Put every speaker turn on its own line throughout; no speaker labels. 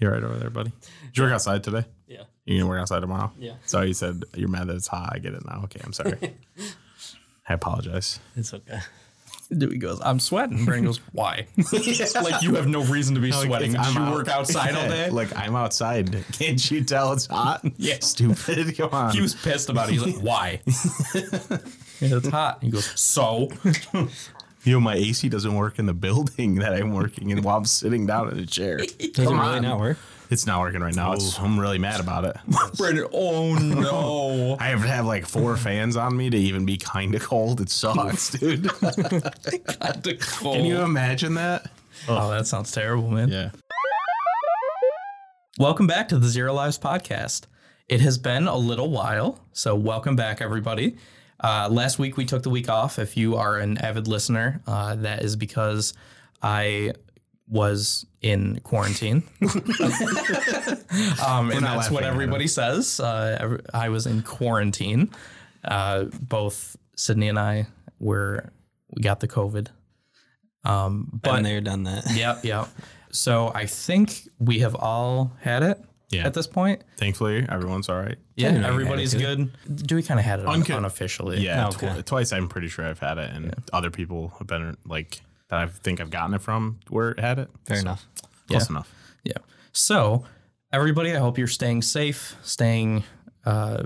You're right over there, buddy. Did you work outside today?
Yeah.
You gonna work outside tomorrow?
Yeah.
Sorry, you said you're mad that it's hot. I get it now. Okay, I'm sorry. I apologize.
It's okay.
Dewey goes, I'm sweating. Brain goes, why? like you have no reason to be sweating.
I'm
Did you
out-
work outside all day?
Look, I'm outside. Can't you tell it's hot?
Yeah.
Stupid. Come on.
He was pissed about it. He's like, why? it's hot. He goes, so?
you know, my AC doesn't work in the building that I'm working in while I'm sitting down in a chair.
Does
Come
it really
on.
not work?
It's not working right now. It's, I'm really mad about it.
Brandon, oh no.
I have to have like four fans on me to even be kind of cold. It sucks, dude. Can you imagine that?
oh, that sounds terrible, man.
Yeah.
Welcome back to the Zero Lives podcast. It has been a little while, so welcome back, everybody. Uh, last week we took the week off. If you are an avid listener, uh, that is because I was in quarantine. um, and
not
that's what
laughing at
everybody says. Uh, every- I was in quarantine. Uh, both Sydney and I were, we got the COVID. Um, but
Been there, done that.
Yep, yep. So I think we have all had it
Yeah.
at this point.
Thankfully, everyone's all right.
Yeah,
had
everybody's
it,
good. Do we kind of had it un-
Unco-
unofficially?
Yeah, tw-
Okay.
twice I'm pretty sure I've had it, and other people have been like that. I think I've gotten it from where it had it.
Fair enough.
Close enough.
Yeah. So, everybody, I hope you're staying safe, staying uh,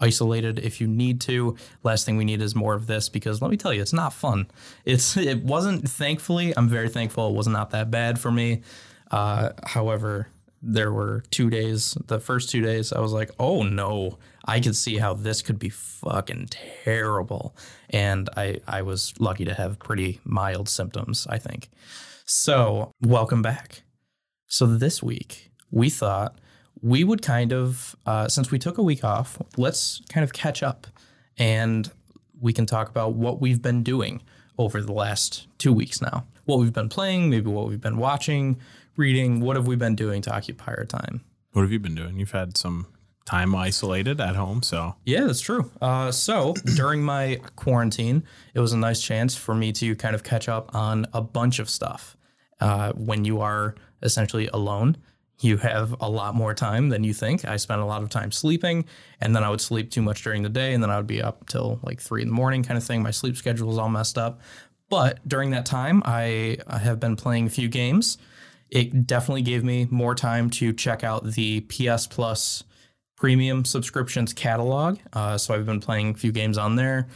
isolated if you need to. Last thing we need is more of this because let me tell you, it's not fun. It's it wasn't. Thankfully, I'm very thankful it was not that bad for me. Uh, however, there were two days. The first two days, I was like, oh no, I could see how this could be fucking terrible. And I I was lucky to have pretty mild symptoms. I think. So, welcome back. So this week, we thought we would kind of, uh, since we took a week off, let's kind of catch up and we can talk about what we've been doing over the last two weeks now. What we've been playing, maybe what we've been watching, reading, what have we been doing to occupy our time?
What have you been doing? You've had some time isolated at home, so
Yeah, that's true. Uh, so during my quarantine, it was a nice chance for me to kind of catch up on a bunch of stuff. Uh, when you are essentially alone, you have a lot more time than you think. I spent a lot of time sleeping, and then I would sleep too much during the day, and then I would be up till like three in the morning, kind of thing. My sleep schedule is all messed up. But during that time, I, I have been playing a few games. It definitely gave me more time to check out the PS Plus premium subscriptions catalog. Uh, so I've been playing a few games on there.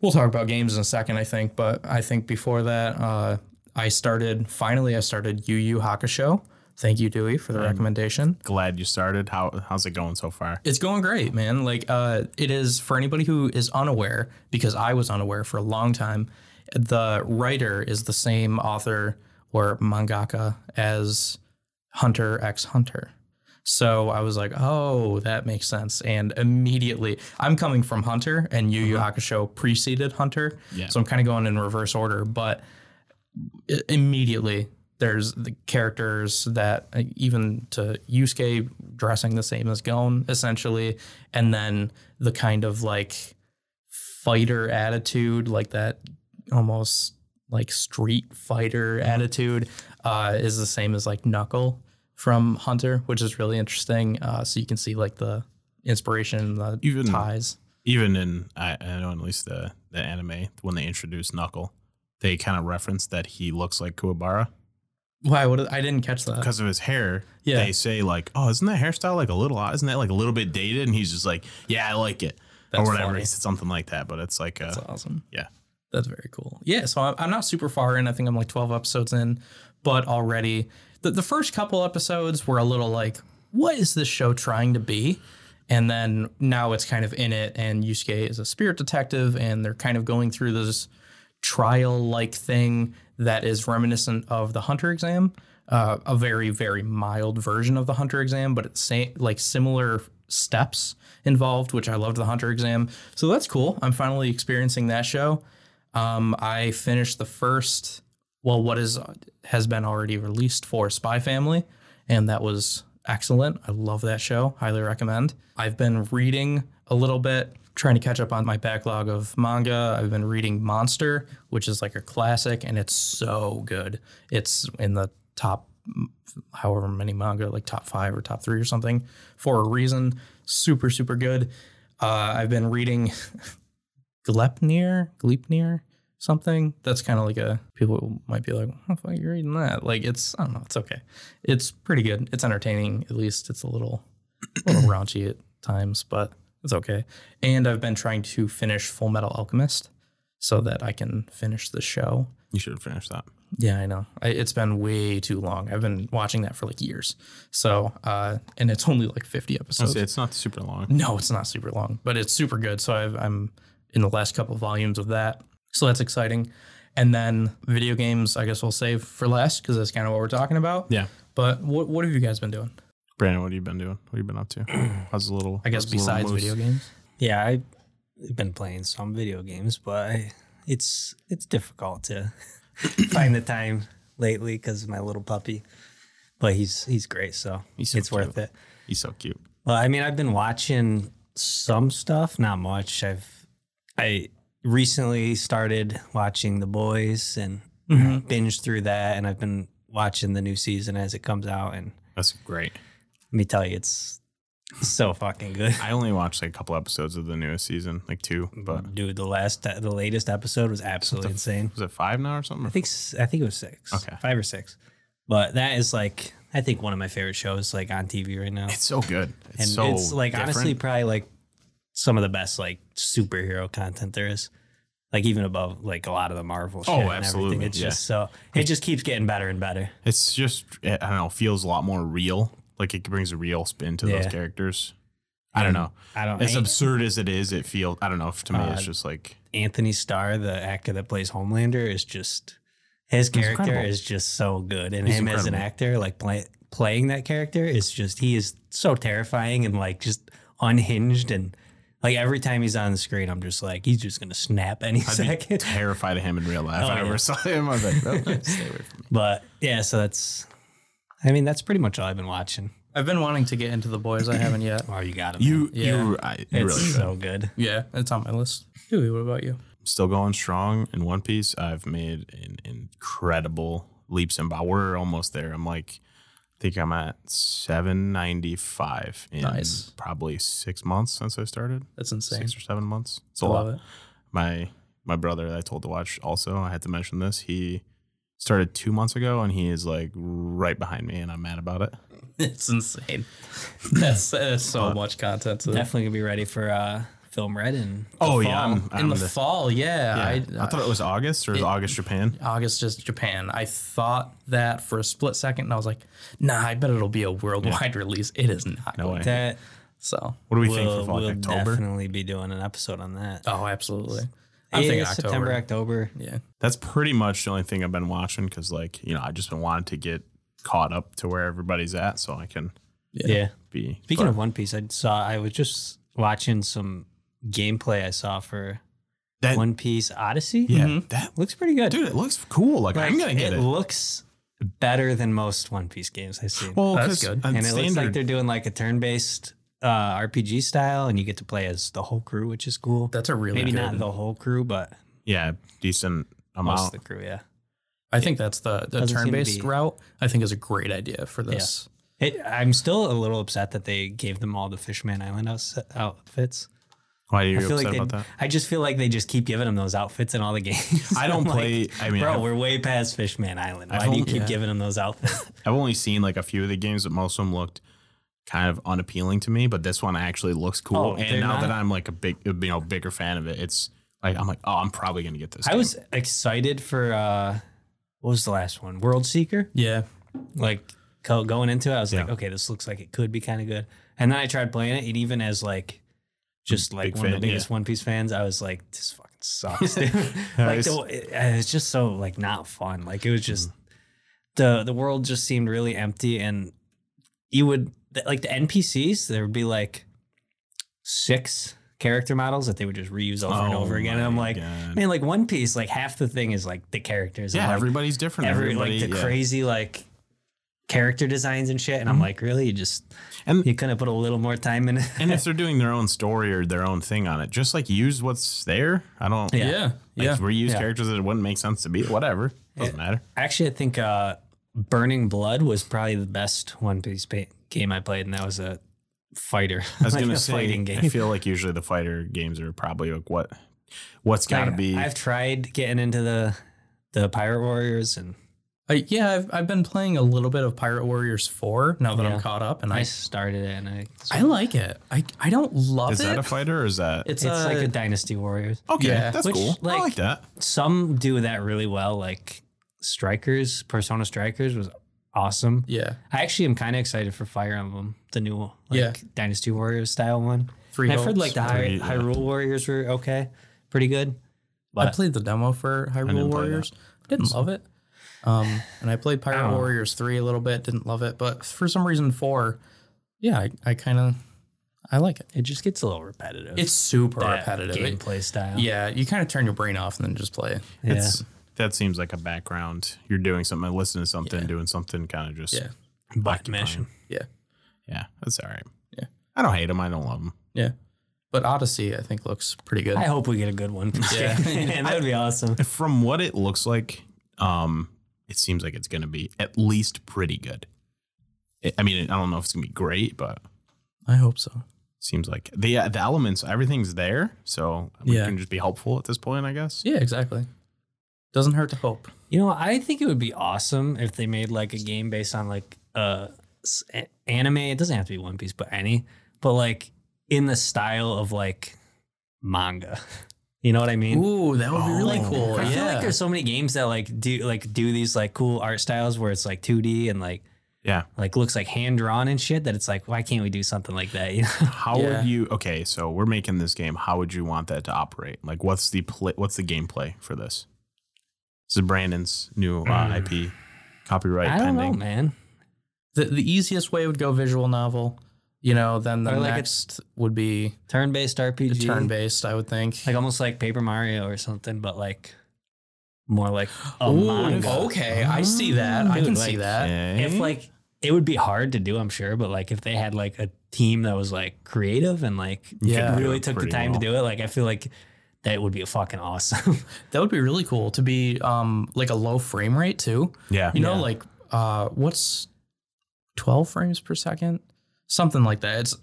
We'll talk about games in a second, I think. But I think before that, uh, I started finally. I started Yu Yu Hakusho. Thank you, Dewey, for the recommendation.
glad you started. How how's it going so far?
It's going great, man. Like uh, it is for anybody who is unaware, because I was unaware for a long time. The writer is the same author or mangaka as Hunter X Hunter. So I was like, oh, that makes sense. And immediately, I'm coming from Hunter, and Yu Yu Hakusho preceded Hunter.
Yeah.
So I'm kind of going in reverse order, but i- immediately there's the characters that uh, even to Yusuke dressing the same as Gon essentially, and then the kind of like fighter attitude, like that almost like street fighter attitude, uh, is the same as like Knuckle from Hunter, which is really interesting. Uh, so you can see like the inspiration, the
Even-
ties.
Even in I, I know at least the the anime when they introduced Knuckle, they kind of referenced that he looks like Kuwabara
Why? What? I didn't catch that.
because of his hair.
Yeah.
they say like, oh, isn't that hairstyle like a little odd? Isn't that like a little bit dated? And he's just like, yeah, I like it.
That's
or whatever,
funny.
he said something like that. But it's like, uh,
That's awesome.
yeah,
That's very cool. Yeah, so I'm, I'm not super far in. I think I'm like 12 episodes in, but already the, the first couple episodes were a little like, what is this show trying to be? And then now it's kind of in it, and Yusuke is a spirit detective, and they're kind of going through this trial like thing that is reminiscent of the Hunter exam, uh, a very, very mild version of the Hunter exam, but it's same, like similar steps involved, which I loved the Hunter exam. So that's cool. I'm finally experiencing that show. Um, I finished the first, well, what is has been already released for Spy Family, and that was excellent. I love that show. Highly recommend. I've been reading a little bit, trying to catch up on my backlog of manga. I've been reading Monster, which is like a classic, and it's so good. It's in the top however many manga, like top five or top three or something, for a reason. Super, super good. Uh, I've been reading Gleipnir, Gleipnir, something. That's kind of like a people might be like, "What the fuck you reading that?" Like it's I don't know. It's okay. It's pretty good. It's entertaining. At least it's a little, a little raunchy at times, but it's okay. And I've been trying to finish Full Metal Alchemist so that I can finish the show.
You should have finished that.
Yeah, I know. I, it's been way too long. I've been watching that for like years. So, uh, and it's only like 50
I
episodes.
say it's not super long.
No, it's not super long, but it's super good. So I've, I'm in the last couple volumes of that. So that's exciting. And then video games, I guess we'll save for last because that's kind of what we're talking about.
Yeah.
But what, what have you guys been doing?
Brandon, what have you been doing? What have you been up to? How's the little?
I guess
how's the little
besides
moose?
video games.
Yeah, I've been playing some video games, but I, it's it's difficult to find the time lately because of my little puppy. But he's he's great, so
He's so
it's worth
cute.
it.
He's so cute.
Well, I mean, I've been watching some stuff, not much. I've I recently started watching The Boys and
Mm-hmm.
binged through that, and I've been watching the new season as it comes out. And
That's great.
let me tell you, it's so fucking good.
I only watched like a couple episodes of the newest season, like two,
Mm-hmm.
but
Dude, the last e, the latest episode was absolutely insane.
was it five now or something?
I think s- I think it was six.
Okay.
five or six. But that is like I think one of my favorite shows like on TV right now,
It's so good. It's
and
so
it's like
different.
honestly probably like some of the best like superhero content there is. Like even above like a lot of the Marvel. Shit
Oh,
and
absolutely,
Everything. It's
yeah.
just so it just keeps getting better and better.
it's just I don't know, feels a lot more real. Like it brings a real spin to those
Yeah.
characters. I don't know.
I don't.
As
An-
absurd as it is, it feels I don't know. To me, it's
Uh,
just like
Anthony Starr, the actor that plays Homelander, is just his character
incredible.
is just so good, and
He's
him as an
incredible.
actor, like play, playing that character, is just he is so terrifying and like just unhinged, and like every time he's on the screen, I'm just like he's just gonna snap any
I'd be
second.
terrified of him in real life.
Oh,
I never
yeah.
saw him. I was like, "Oh, stay away from me.
But yeah, so that's, I mean, that's pretty much all I've been watching.
I've been wanting to get into the boys. I haven't yet.
Oh, you got him.
You,
Yeah.
you, I, you
it's
really should.
so good.
Yeah, it's on my list. Dewey, what about you?
still going strong in One Piece. I've made an incredible leaps and bounds. We're almost there. I'm like, I think I'm at 795 in
Nice.
probably six months since I started.
That's insane.
Six or seven months. It's a
I
lot.
love it.
My my brother that I told to watch also. I had to mention this. He started two months ago, and he is like right behind me, and I'm mad about it.
It's insane. That's, that's so much content. To
Definitely gonna be ready for uh, film red and
Oh
fall.
I'm, I'm
in the,
the-
fall, yeah.
yeah.
I,
uh,
I, thought it was August or is August Japan.
August is Japan. I thought that for a split second, and I was like, "Nah, I bet it'll be a worldwide release." It is not.
No
going
way.
to-
that.
So,
What do we think
We'll,
for fall?
we'll
Like October?
definitely be doing an episode on that.
oh, absolutely.
i
I'm thinking October.
September, October.
yeah,
that's pretty much the only thing I've been watching because, like, you know, I just been wanting to get caught up to where everybody's at so I can
Yeah.
yeah.
be.
Speaking of One Piece, I saw I was just watching some gameplay I saw for
that,
One Mm-hmm. Piece Odyssey.
yeah, that
looks pretty good.
dude, it looks cool. Like, I'm gonna get it.
looks better than most One Piece games I've seen.
well,
That's
'cause
good.
I'm
and it looks like
standard-
they're doing like a turn-based uh, RPG style, and you get to play as the whole crew, which is cool.
that's a really
Maybe
good.
not the whole crew, but
yeah, decent
most of
amount.
the crew. Yeah.
I think that's the the
Doesn't seem to
turn-based
be-
route. I think is a great idea for this.
It, I'm still a little upset that they gave them all the Fishman Island outs- outfits.
Why are you
I feel
upset
like
about
they,
that?
I just feel like they just keep giving them those outfits in all the games.
I don't
I'm like,
play. I mean,
Bro,
I've,
we're way past Fishman Island. Why
I've
do you
only-
keep
yeah.
giving them those outfits?
I've only seen like a few of the games, but most of them looked kind of unappealing to me. But this one actually looks cool.
Oh,
and
they're
now
not-
that I'm like a big, you know, bigger fan of it, it's like I'm like, oh, I'm probably gonna get this.
I
game.
was excited for uh, what was the last one? World Seeker.
Yeah,
Like co- going into it, I was like,
Yeah.
okay, this looks like it could be kind of good. And then I tried playing it, and even as like just like
Mm, Big
one of
fan,
the biggest One Piece fans, I was like, this fucking sucks. dude. like
it's-
the, it, it's just so like not fun. Like it was just
Mm.
the the world just seemed really empty, and you would th- like the NPCs. There would be like six character models that they would just reuse over and
Oh
over again. And I'm
my
like,
God.
man, like One Piece, like half the thing is like the characters. and,
yeah,
like,
everybody's different.
every
Everybody,
like the
yeah. Mm-hmm.
crazy like character designs and shit. And I'm like, really, you just
And-
you couldn't put a little more time in it.
and if they're doing their own story or their own thing on it, just like use what's there. I don't.
Yeah.
yeah,
Like,
yeah.
Reuse
Yeah.
characters that it wouldn't make sense to be. Whatever. Doesn't matter.
Actually, I think uh, Burning Blood was probably the best One Piece pa- game I played, and that was a fighter.
I was
like
gonna
a
say,
fighting game.
I feel like usually the fighter games are probably like what, what's got to
Like,
be.
I've tried getting into the the Pirate Warriors, and
Uh, yeah, I've, I've been playing a little bit of Pirate Warriors 4 now that
Yeah.
I'm caught up, and
I
I,
started it, and I, it's,
I like it. I, I don't love
is
it.
that a fighter or is that?
it's
like
a-
a Dynasty Warriors.
okay,
yeah,
that's
which,
cool. I
like-
like that.
Some do that really well, like Strikers. Persona Strikers was awesome.
yeah,
I actually am kind of excited for Fire Emblem, the new like
Yeah.
Dynasty Warriors style one.
Free
I've heard
Hopes.
like the Hy-
Pretty, yeah.
Hyrule Warriors were okay, pretty good.
I
But
played the demo for Hyrule
didn't play that.
Warriors. Didn't love it. Um, and I played Pirate
don't know.
Warriors three a little bit. Didn't love it, but for some reason four, yeah, I, I kind of I like it.
it just gets a little repetitive.
It's super
that
repetitive. It-
gameplay style.
yeah, you kind of turn your brain off and then just play.
Yeah.
It's that seems like a background. You're doing something, listening to something, doing something, kind of just
Yeah,
Black
occupying.
Mission.
yeah,
Yeah, that's all right.
Yeah.
I don't hate them. I don't love them.
yeah. But Odyssey, I think, looks pretty good.
I hope we get a good one.
Yeah.
Man, that would be awesome.
From what it looks like, um, it seems like it's going to be at least pretty good. I- I mean, I don't know if it's going to be great, but
I hope so.
seems like the the elements, everything's there, so we
Yeah.
can just be helpful at this point, I guess.
Yeah, exactly. Doesn't hurt to hope.
You know, I think it would be awesome if they made like a game based on like uh s- a- anime. It doesn't have to be One Piece, but any, but like in the style of like manga. You know what I mean?
Ooh, that would be really
Oh,
cool.
I
yeah,
feel like there's so many games that like do like do these like cool art styles where it's like 2D and like
Yeah.
like looks like hand drawn and shit. That it's like why can't we do something like that? You know?
How
Yeah.
would you? Okay, so we're making this game. How would you want that to operate? Like, what's the play, What's the gameplay for this? This is Brandon's new uh, IP, copyright
I don't
pending.
know, man.
the, the easiest way would go visual novel. You know, then the
Or like a-
next would be
Turn based RPG.
turn based. I would think.
like almost like Paper Mario or something, but like more like a
Ooh,
manga.
okay, I see that. I
Dude,
can
like,
see that.
Okay.
If like it would be hard to do, I'm sure, but like if they had like a team that was like creative and like
Yeah.
really
Yeah,
took the
pretty
time
well.
to do it, like I feel like that would be fucking awesome.
That would be really cool to be um like a low frame rate too.
yeah,
You know,
Yeah.
like uh what's 12 frames per second? Something like that. It's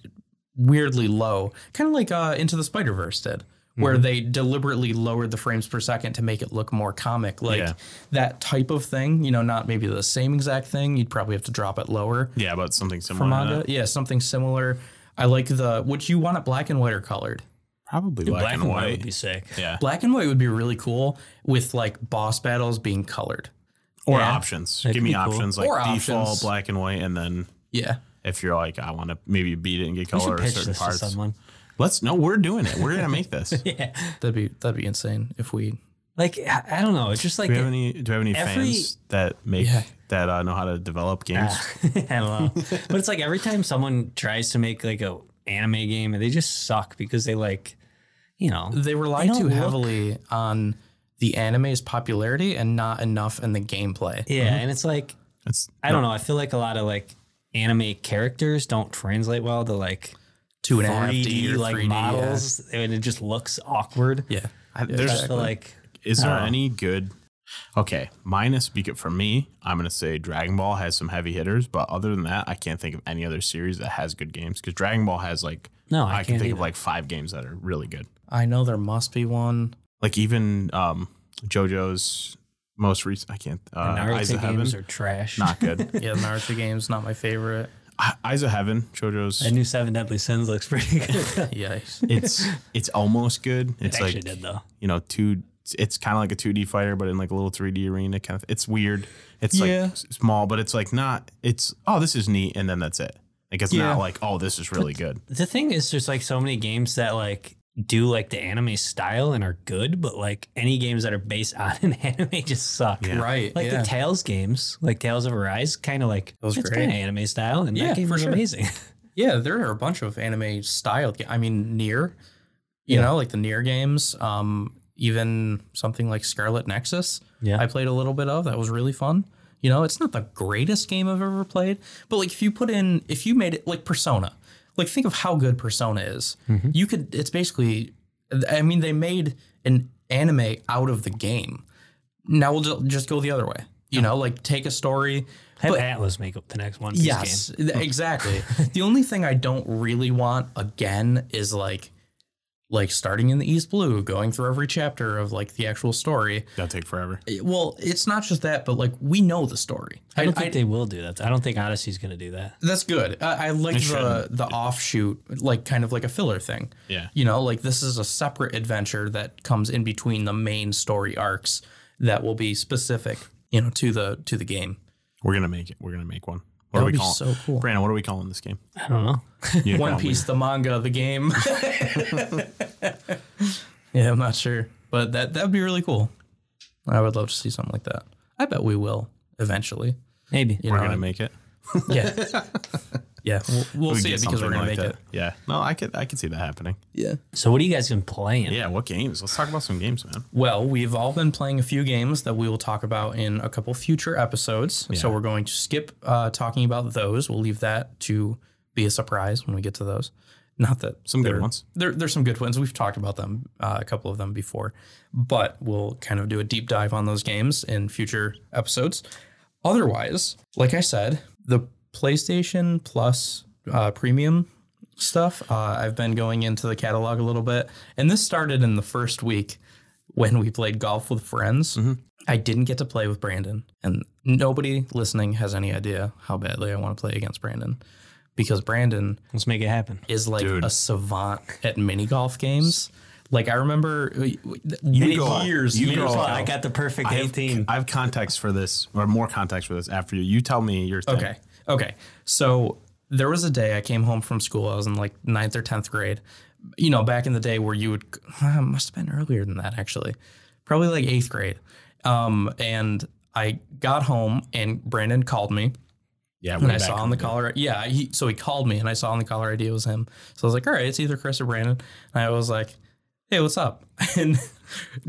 weirdly low. Kind of like uh Into the Spider-Verse did, where
Mm-hmm.
they deliberately lowered the frames per second to make it look more comic. Like
Yeah.
that type of thing, you know, not maybe the same exact thing. You'd probably have to drop it lower.
yeah, but something similar.
For
to
manga,
that.
yeah, something similar. I like the would you want it black and white or colored?
probably black, and white.
would be sick.
yeah,
Black and white would be really cool with like boss battles being colored.
or
Yeah.
options.
That
Give
could
me
be cool.
options like
Or
default
options.
black and white, and then
Yeah.
if you're like, I want to maybe beat it and get
We should
color or
pitch
certain
this to
parts.
someone.
Let's no, we're doing it. We're gonna make this. Do
Yeah.
That'd be that'd be insane if we
Like I I don't know. It's just like
we have any? Do we have any
Every-
fans that make
Yeah.
that uh, know how to develop games?
Ah, I don't know. But it's like every time someone tries to make like a anime game, they just suck because they like, you know,
they rely
don't
too
look-
heavily on the anime's popularity and not enough in the gameplay.
yeah. And it's like
That's
I don't know. I feel like a lot of like anime characters don't translate well to like
Two and a half
3D
or
like
3D, yeah.
models, and it just looks awkward.
Yeah.
I-
Yeah,
there's-
I feel like
Is there
Oh.
any good? Okay, minus speak it for me. I'm gonna say Dragon Ball has some heavy hitters, but other than that, I can't think of any other series that has good games because Dragon Ball has like
no, I,
I, can
can't
think
think
of like five games that are really good.
I know there must be one.
Like even um, JoJo's most recent. I can't. Uh,
Naruto
Eyes of
games
Heaven.
are trash.
Not good.
Yeah, the Naruto game's not my favorite.
I- Eyes of Heaven. JoJo's.
I knew Seven Deadly Sins looks pretty good.
Yikes.
it's it's almost good. It's
it actually
like
did though.
you know two. It's kind of like a 2D fighter, but in like a little 3D arena kind of. It's weird. It's
Yeah.
like s- small, but it's like not. It's oh, this is neat, and then that's it. Like it's
Yeah.
not like oh, this is really good.
The thing is, there's like so many games that like do like the anime style and are good, but like any games that are based on an anime just suck.
Yeah.
Right.
Like
yeah.
the Tales games, like Tales of Arise, kind of like
Those
it's
great.
kind of anime style, and
Yeah,
that game
for
was
sure.
amazing.
yeah, there are a bunch of anime styled. ga- I mean, near, you know, like the near games. Um, even something like Scarlet Nexus.
Yeah.
I played a little bit of. That was really fun. You know, it's not the greatest game I've ever played, but like if you put in, if you made it like Persona, like think of how good Persona is. You could, it's basically, I mean, they made an anime out of the game. Now we'll ju- just go the other way. You know, like take a story.
Have
But-
Atlas make up the next one. Piece
Yes,
game.
th- exactly. the only thing I don't really want again is like, like starting in the East Blue, going through every chapter of like the actual story.
That'll take forever.
It- Well, it's not just that, but like we know the story.
I don't think they will do that. I don't think Odyssey's going to do that.
That's good. I, I like the
shouldn't.
the offshoot, like kind of like a filler thing.
Yeah.
You know, like this is a separate adventure that comes in between the main story arcs that will be specific, you know, to the to the game.
We're gonna make it. We're gonna make one. What
That
are we
would be
calling?
so cool.
Brandon, what are we calling this game?
I don't know.
You
One
call me.
Piece, the manga, the game. yeah, I'm not sure, but that that would be really cool. I would love to see something like that. I bet we will eventually.
Maybe.
You
We're
know,
gonna
and-
make it.
yeah, yeah. We'll, we'll
We
see
get
it because
something
we're gonna
like
make
that.
it.
Yeah. No, I could. I could see that happening.
Yeah.
So what do you guys been playing?
Yeah. What games? Let's talk about some games, man.
Well, we've all been playing a few games that we will talk about in a couple future episodes. So
Yeah.
we're going to skip uh, talking about those. We'll leave that to be a surprise when we get to those. Not that
Some good
they're-
ones.
There, there's some good ones. We've talked about them, uh, a couple of them before, but we'll kind of do a deep dive on those games in future episodes. Otherwise, like I said, the PlayStation Plus uh, premium stuff, uh, I've been going into the catalog a little bit. And this started in the first week when we played golf with friends.
Mm-hmm.
I didn't get to play with Brandon, and nobody listening has any idea how badly I want to play against Brandon because Brandon
Let's make it happen.
is like
Dude.
a savant at mini golf games. Like I remember you
go-
years,
you
years
go-
ago.
I got the perfect
I have,
18.
I have context for this, or more context for this after you. You tell me your thing.
Okay. Okay. So there was a day I came home from school. I was in like ninth or 10th grade. You know, back in the day where you would, must have been earlier than that, actually, probably like eighth grade. Um, and I got home and Brandon called me
Yeah.
and
way
I
back
saw
in
on the
day.
caller. Yeah. He, so he called me and I saw on the caller ID it was him. So I was like, all right, it's either Chris or Brandon. And I was like, hey, what's up? And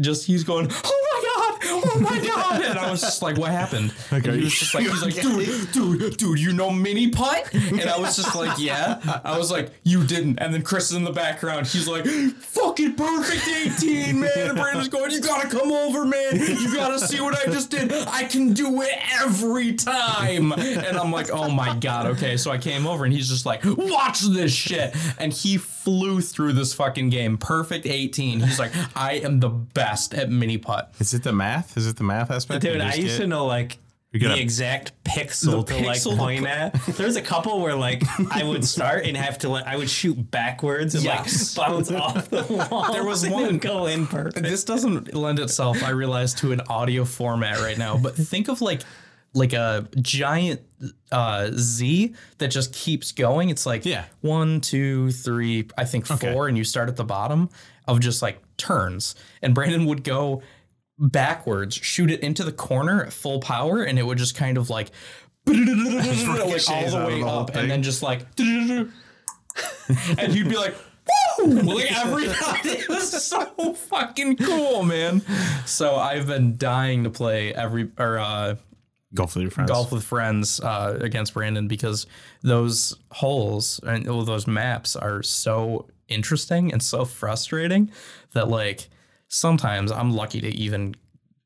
just he's going, oh my God, oh my God. And I was just like, what happened? And he was just like, he's like, dude, dude, dude, you know mini putt? And I was just like, yeah. I was like, you didn't. And then Chris is in the background. He's like, fucking perfect 18, man. And Brandon's going, you gotta come over, man. You gotta see what I just did. I can do it every time. And I'm like, oh my God, okay. So I came over and he's just like, watch this shit. And he flew through this fucking game. Perfect 18. He's like, I am the best at mini putt.
Is it the math? Is it the math aspect?
Dude,
You
I
just
used
get-
to know like
gotta-
the exact pixel to
The
like
pixel to
point at. There's a couple where like I would start and have to like I would shoot backwards and
Yes.
like bounce off the wall. There
was one-
go in perfect.
this doesn't lend itself i realize to an audio format right now but think of like like a giant uh z that just keeps going it's like
Yeah.
one two three i think four and you start at the bottom of just like turns and brandon would go backwards shoot it into the corner at full power and it would just kind of like like all
ricochets out
the
of
way
the whole
up
thing.
and then just like and you'd be like Woo! Like every it was so fucking cool, man. So I've been dying to play every or uh,
golf with your friends.
golf with friends uh, against Brandon because those holes and all those maps are so interesting and so frustrating that like sometimes I'm lucky to even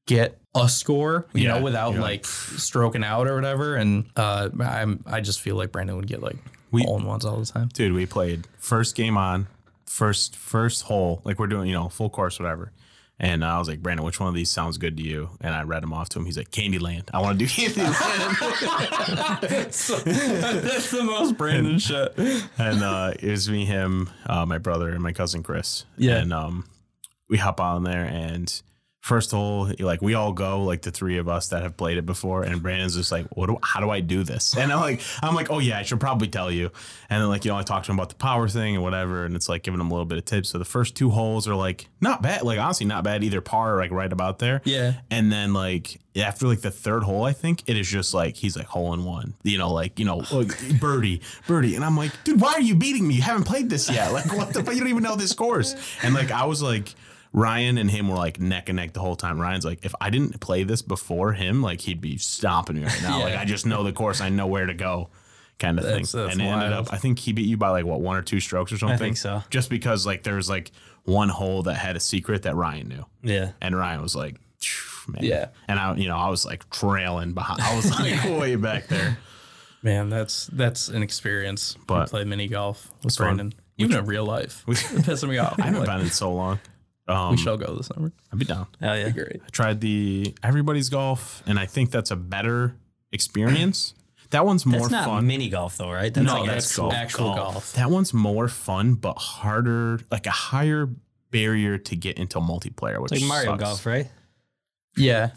get a score, you
Yeah,
know, without
you're like,
like stroking out or whatever. And uh, I'm I just feel like Brandon would get like
We-
all in ones all the time.
dude we played first game on first first hole like we're doing you know full course whatever and i was like brandon which one of these sounds good to you and i read them off to him he's like candyland i want to do candyland
That's the most Brandon shit.
and uh it was me him uh, my brother and my cousin chris
Yeah.
and um we hop on there and first hole like we all go like the three of us that have played it before and brandon's just like what do, how do i do this and i'm like i'm like oh yeah i should probably tell you and then like you know i talk to him about the power thing and whatever and it's like giving him a little bit of tips so the first two holes are like not bad like honestly not bad either par or like right about there
Yeah.
and then like after like the third hole i think it is just like he's like hole in one you know like you know like, birdie birdie and i'm like dude why are you beating me you haven't played this yet like what the fuck you don't even know this course and like i was like Ryan and him were like neck and neck the whole time. Ryan's like, if I didn't play this before him, like he'd be stomping me right now. Like I just know the course, I know where to go, kind of thing.
That's- that's
and it ended
wild.
up, I think he beat you by like what one or two strokes or something.
so.
Just because like there was like one hole that had a secret that Ryan knew,
yeah.
and Ryan was like, rough, man.
Yeah.
And I, you know, I was like trailing behind. I was like way back there.
Man, that's that's an experience.
But-
we play mini golf with
fun.
Brandon, even in real life.
We-
It's pissing me off.
I haven't
Like,
been in so long. Um,
we shall go this summer.
I'd be down.
Oh yeah.
Great.
I tried the everybody's golf, and I think that's a better experience. That one's more
That's not
fun.
mini golf though, right? That's
No,
like
that's
actual
golf.
Actual golf.
That one's more fun, but harder, like a higher barrier to get into multiplayer, which
It's like Mario
sucks.
golf, right?
Yeah,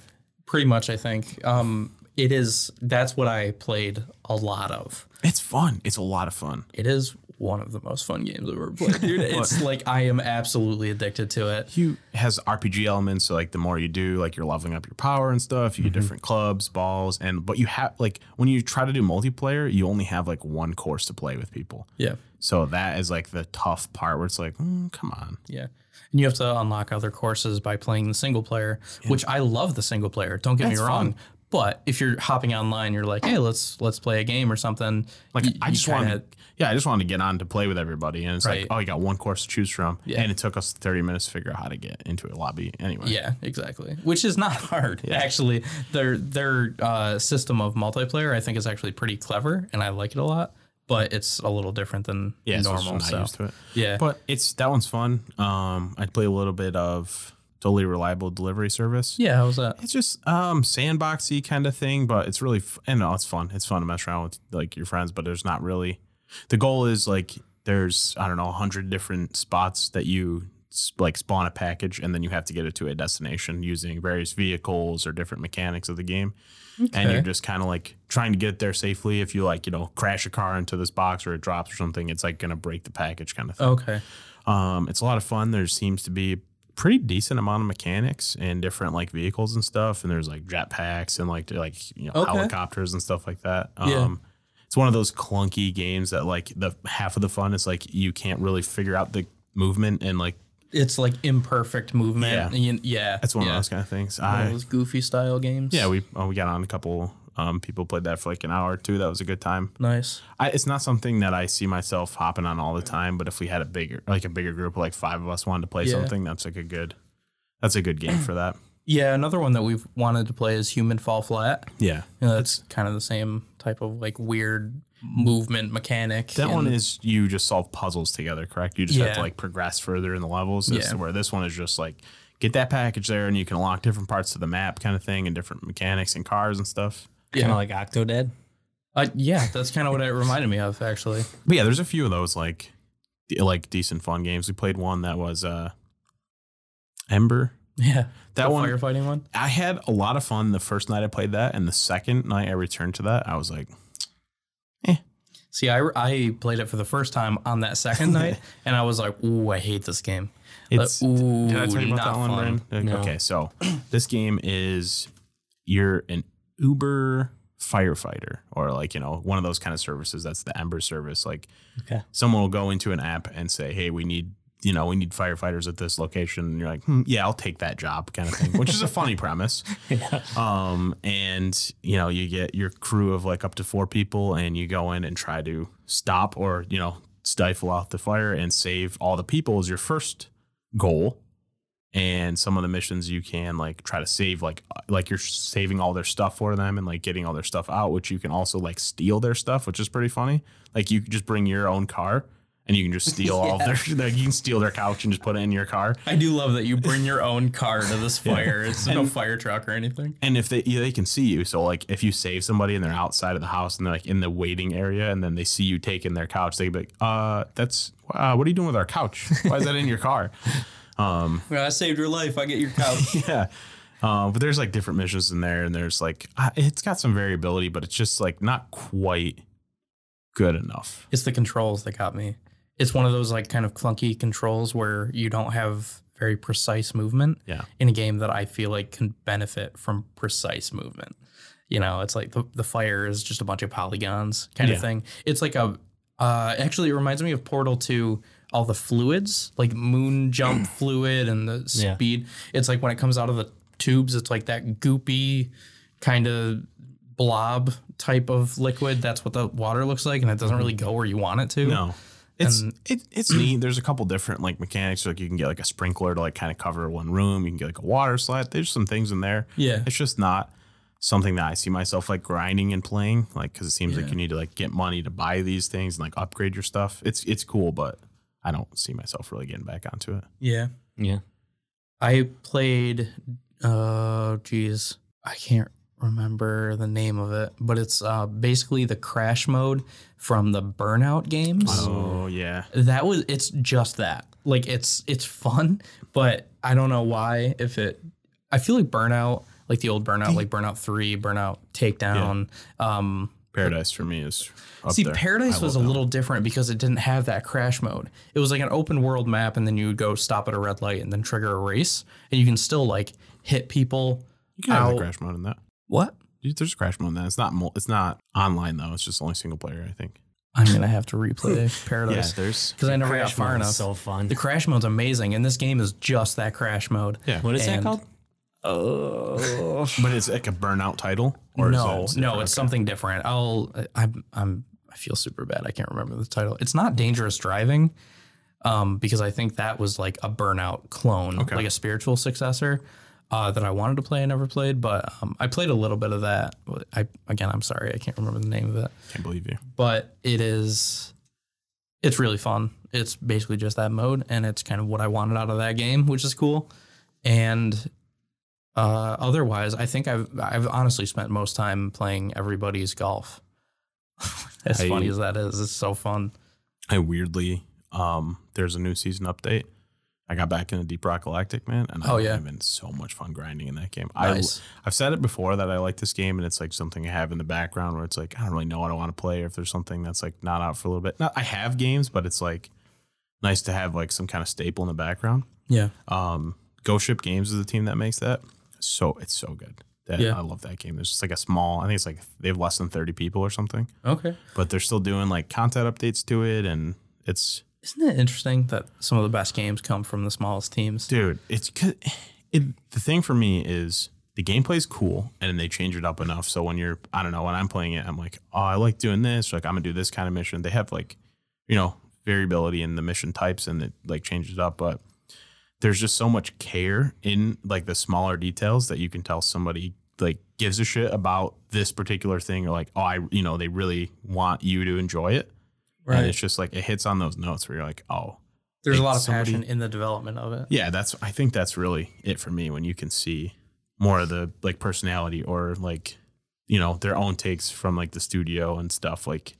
pretty much. I think um, it is. That's what I played a lot of.
It's fun. It's a lot of fun.
It is one of the most fun games I've ever played. Dude, it's like I am absolutely addicted to it.
Hugh has RPG elements, so like the more you do, like you're leveling up your power and stuff. You
Mm-hmm.
get different clubs, balls, and but you have like when you try to do multiplayer, you only have like one course to play with people.
Yeah,
So that is like the tough part where it's like, mm, come on,
yeah. And you have to unlock other courses by playing the single player, which I love the single player. Don't get
That's
me wrong. But if you're hopping online, you're like, hey, let's let's play a game or something.
Like
You-
I
you
just
kinda-
wanted, yeah, I just wanted to get on to play with everybody, and it's
Right.
like, oh, you got one course to choose from,
Yeah.
and it took us thirty minutes to figure out how to get into a lobby anyway.
Yeah, exactly. Which is not hard actually. Their their uh, system of multiplayer, I think, is actually pretty clever, and I like it a lot. But it's a little different than
yeah, so it's
normal.
just
So,
not used to it.
yeah,
But it's that one's fun. Um, I play a little bit of totally reliable delivery service.
yeah, how was that?
It's just um sandboxy kind of thing, but it's really f- and no, it's fun. It's fun to mess around with like your friends, but there's not really. The goal is like there's I don't know hundred different spots that you s- like spawn a package, and then you have to get it to a destination using various vehicles or different mechanics of the game, and you're
Okay.
just kind of like trying to get it there safely. If you like you know crash a car into this box or it drops or something, it's like gonna break the package kind of thing.
Okay,
Um, it's a lot of fun. There seems to be a pretty decent amount of mechanics and different like vehicles and stuff. And there's like jetpacks and like like you know
Okay.
helicopters and stuff like that. Um,
Yeah.
It's one of those clunky games that like the half of the fun is like you can't really figure out the movement and like
it's like imperfect movement.
Yeah.
Yeah, yeah.
that's one
yeah.
of those kind of things.
One of
I
those goofy style games.
yeah we oh, we got on a couple um, people played that for like an hour or two. That was a good time.
nice.
I, it's not something that I see myself hopping on all the time, but if we had a bigger like a bigger group, like five of us wanted to play
Yeah.
something, that's like a good that's a good game for that.
Yeah, another one that we've wanted to play is Human Fall Flat.
Yeah.
You know, that's kind of the same type of like weird movement mechanic.
That
and-
one is you just solve puzzles together, correct? You just have to
Yeah.
like progress further in the levels. That's
Yeah.
where this one is just like get that package there and you can unlock different parts of the map kind of thing and different mechanics and cars and stuff.
Yeah.
Kind of like Octodad.
Uh, yeah, that's kind of what it reminded me of actually.
But yeah, there's a few of those like de- like decent fun games. We played one that was uh Ember.
Yeah,
That
The
one
firefighting one.
I had a lot of fun the first night I played that, and the second night I returned to that, I was like,
See, I, I played it for the first time on that second night, and I was like, "Ooh, I hate this game." Like,
"It's."
ooh,
did I tell you about
not
that one,
fun.
Brandon? Like, Okay, so this game is you're an Uber firefighter, or like you know one of those kind of services. That's the Ember service. Like,
Okay.
someone will go into an app and say, "Hey, we need." You know, we need firefighters at this location. And you're like, hmm, yeah, I'll take that job, kind of thing, which is a funny premise. Um, and you know, you get your crew of like up to four people, and you go in and try to stop or you know stifle out the fire and save all the people is your first goal. And some of the missions you can like try to save, like uh, like you're saving all their stuff for them and like getting all their stuff out, which you can also like steal their stuff, which is pretty funny. Like you could just bring your own car and you can just steal all of their like you can steal their couch and just put it in your car.
I do love that you bring your own car to this fire. It's no fire truck or anything.
and if they yeah, they can see you so like if you save somebody and they're outside of the house and they're like in the waiting area and then they see you taking their couch they be like uh that's uh, what are you doing with our couch why is that in your car
Well, I saved your life. I get your couch.
yeah uh, but there's like different missions in there and there's like uh, it's got some variability but it's just like not quite good enough
it's the controls that got me. It's one of those like kind of clunky controls where you don't have very precise movement.
Yeah.
In a game that I feel like can benefit from precise movement. You know, it's like the, the fire is just a bunch of polygons kind
Yeah.
of thing. It's like a uh, actually it reminds me of Portal 2 all the fluids, like moon jump fluid and the
Yeah.
speed. It's like when it comes out of the tubes, it's like that goopy kind of blob type of liquid. That's what the water looks like, and it doesn't really go where you want it to.
Mm-hmm. no It's
And-
it, it's neat. There's a couple different like mechanics. Like you can get like a sprinkler to like kind of cover one room. You can get like a water slide. There's some things in there.
Yeah.
It's just not something that I see myself like grinding and playing. Like because it seems like
Yeah.
you need to like get money to buy these things and like upgrade your stuff. It's it's cool, but I don't see myself really getting back onto it.
Yeah.
Yeah.
I played uh geez. I can't remember the name of it, but it's uh basically the crash mode from the burnout games.
Oh yeah.
That was it's just that. Like it's it's fun, but I don't know why if it I feel like burnout, like the old burnout, like burnout three, burnout takedown, um
Paradise for me is up
See,
there. I
Paradise
love
was a
that.
little different because it didn't have that crash mode. It was like an open world map, and then you would go stop at a red light and then trigger a race, and you can still like hit people.
You can have
out.
the crash mode in that.
What?
You- There's a crash mode in that. It's not mul- it's not online though. It's just only single player. I think.
I'm gonna have to replay
Yeah.
Paradise
There's.
because I never got
Crash
far
mode is So
enough.
fun.
the crash mode's amazing, and this game is just that crash mode.
Yeah.
what is that
and-
called?
Oh
But it's like a burnout title, is
no,
that-
no, it's something different. I'll. I- I'm. I'm. I feel super bad. I can't remember the title. It's not dangerous driving. um, because I think that was like a burnout clone, like a spiritual successor uh, that I wanted to play. I never played, but um, I played a little bit of that. I again, I'm sorry, I can't remember the name of it,
can't believe you.
but it is, it's really fun. It's basically just that mode, and it's kind of what I wanted out of that game, which is cool. And uh, otherwise, I think I've I've honestly spent most time playing everybody's golf. as
I-
funny as that is, it's so fun.
I weirdly, um, there's a new season update. I got back into Deep Rock Galactic, man, and
Oh,
I'm
yeah.
having so much fun grinding in that game.
Nice.
I, I've said it before that I like this game, and it's like something I have in the background where it's like I don't really know what I want to play, or if there's something that's like not out for a little bit. Not, I have games, but it's like nice to have like some kind of staple in the background.
Yeah,
Um, Ghost Ship Games is the team that makes that. So it's so good. That,
Yeah.
I love that game. There's just like a small. I think it's like they have less than thirty people or something,
okay.
but they're still doing like content updates to it, and it's
Isn't it interesting that some of the best games come from the smallest teams?
dude. It's 'cause- it, the thing for me is the gameplay's cool, and they change it up enough. So when you're, I don't know, when I'm playing it, I'm like, oh, I like doing this. Or like I'm gonna do this kind of mission. They have like, you know, variability in the mission types, and it like changes it up. But there's just so much care in like the smaller details that you can tell somebody like gives a shit about this particular thing or like oh i you know they really want you to enjoy it and it's just like it hits on those notes where you're like oh
There's a lot of
somebody-
passion in the development of it.
yeah that's i think that's really it for me when you can see more of the like personality or like you know their own takes from like the studio and stuff like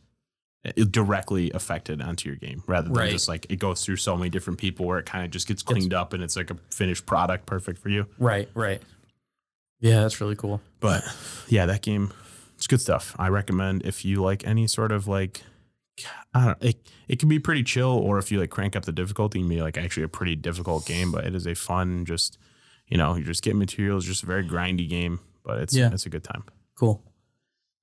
it directly affected onto your game rather than
Right.
just like it goes through so many different people where it kind of just gets cleaned up and it's like a finished product perfect for you
Right, right. Yeah, that's really cool.
but yeah that game it's good stuff i recommend if you like any sort of like i don't it, it can be pretty chill or if you like crank up the difficulty and be like actually a pretty difficult game but it is a fun just you know you're just getting materials just a very grindy game but it's
Yeah.
it's a good time
Cool.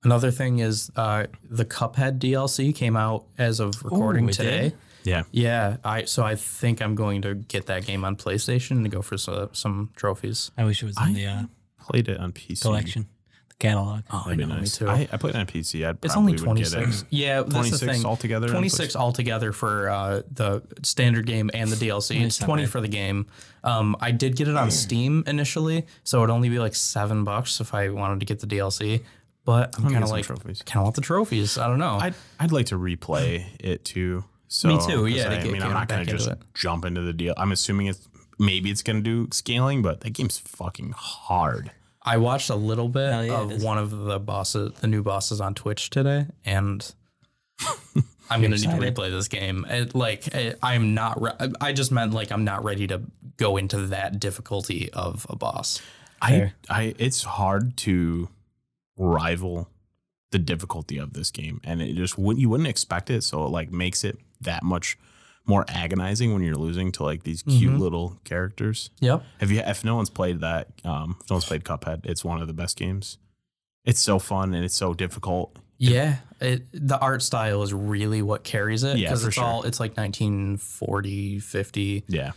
Another thing is uh, the Cuphead DLC came out as of
Oh,
recording
it
today.
did?
yeah
Yeah, I so I think I'm going to get that game on PlayStation to go for some, some trophies.
I wish it was in the uh,
played it on pc
collection, the catalog.
Oh,
That'd be nice. I, I played it on pc i'd probably
It's only
wouldn't get it.
26. Yeah, that's the
26
thing.
altogether on
26 altogether for uh, the standard game and the DLC. It's
not
20
bad.
for the game. Um, I did get it on Steam initially, so it'd only be like seven bucks if I wanted to get the DLC. But I'm
gonna
kind
get
of
some
like,
trophies.
kind of want the trophies. I don't know.
I'd, I'd like to replay it too. So,
Me too,
'cause
yeah, to
I, I
get-
mean,
get
I'm not
back
going to
into
just
it.
jump into the deal. I'm assuming it's maybe it's going to do scaling, but that game's fucking hard.
I watched a little bit
Hell yeah, it
of
is.
one of the bosses, the new bosses on Twitch today, and I'm gonna need to
excited?
replay this game. It, like I- I'm not, re- I just meant like I'm not ready to go into that difficulty of a boss.
I,
Fair.
I, it's hard to rival the difficulty of this game, and it just wouldn't you wouldn't expect it. So it like makes it that much more agonizing when you're losing to like these cute
Mm-hmm.
little characters.
Yep.
If you if no one's played that, um, if no one's played Cuphead, it's one of the best games. It's so fun and it's so difficult.
Yeah, it, the art style is really what carries it.
Yeah,
'cause
for
it's all it's like 1940, 50.
Yeah.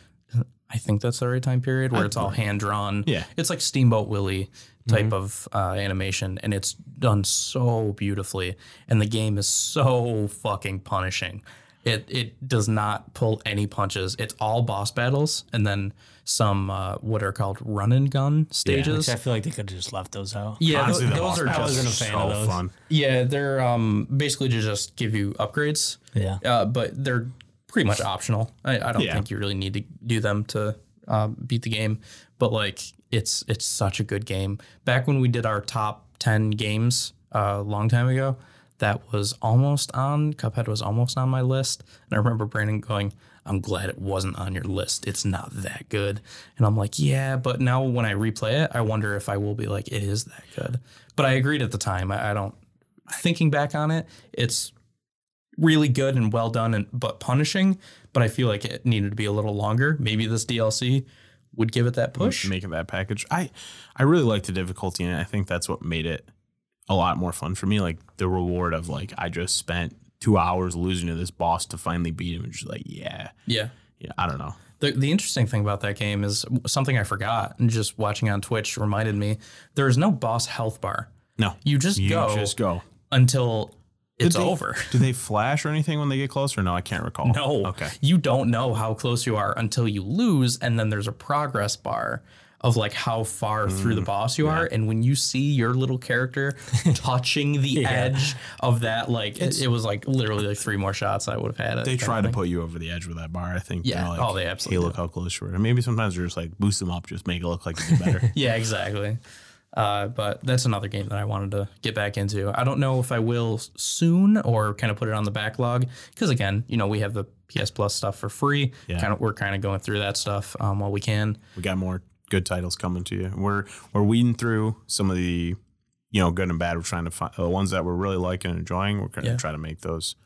I think that's the right time period where
I-
it's all hand drawn.
Yeah.
it's like Steamboat Willie type of uh, animation, and it's done so beautifully. And the game is so fucking punishing. It it does not pull any punches. It's all boss battles and then some uh, what are called run and gun
Which
stages.
I feel like they could have just left those out.
Yeah,
Honestly,
tho-
the
those
boss
are
battles
just
wasn't a fan
so
of those.
fun.
yeah, they're um basically to just give you upgrades.
Yeah.
Uh, but they're pretty much optional. I, I don't
Yeah.
think you really need to do them to um, beat the game. But like, it's it's such a good game. Back when we did our top ten games uh, a long time ago, that was almost on Cuphead was almost on my list, and I remember Brandon going. I'm glad it wasn't on your list. It's not that good. And I'm like, yeah, but now when I replay it, I wonder if I will be like, it is that good. But I agreed at the time. I, I don't, thinking back on it, it's really good and well done and but punishing but i feel like it needed to be a little longer maybe this dlc would give it that push
making that package. I I really like the difficulty in it. I think that's what made it a lot more fun for me. Like the reward of like I just spent two hours losing to this boss to finally beat him. And just like yeah,
yeah
yeah. I don't know.
the, the interesting thing about that game is something i forgot and just watching on twitch reminded me there is no boss health bar
No,
you just
you
go
just go.
until it's
Did they-
over
Do they flash or anything when they get closer? No, I can't recall.
No.
Okay.
You don't know how close you are until you lose, and then there's a progress bar of like how far through
Mm.
the boss you are. And when you see your little character touching the edge of that, like it, it was like literally like three more shots I would have had it.
They try to put you over the edge with that bar. I think.
Yeah.
They're Like,
Oh, they absolutely
Hey, look how close you were. And maybe sometimes they're just like boost them up, just make it look like it's better.
Yeah, exactly. Uh, but that's another game that I wanted to get back into. I don't know if I will s- soon or kind of put it on the backlog because again, you know, we have the PS Plus stuff for free.
Yeah.
Kind of, we're kind of going through that stuff um, while we can.
we got more good titles coming to you. We're we're weeding through some of the you know good and bad. We're trying to find the ones that we're really liking and enjoying. We're going to
Yeah.
try to make those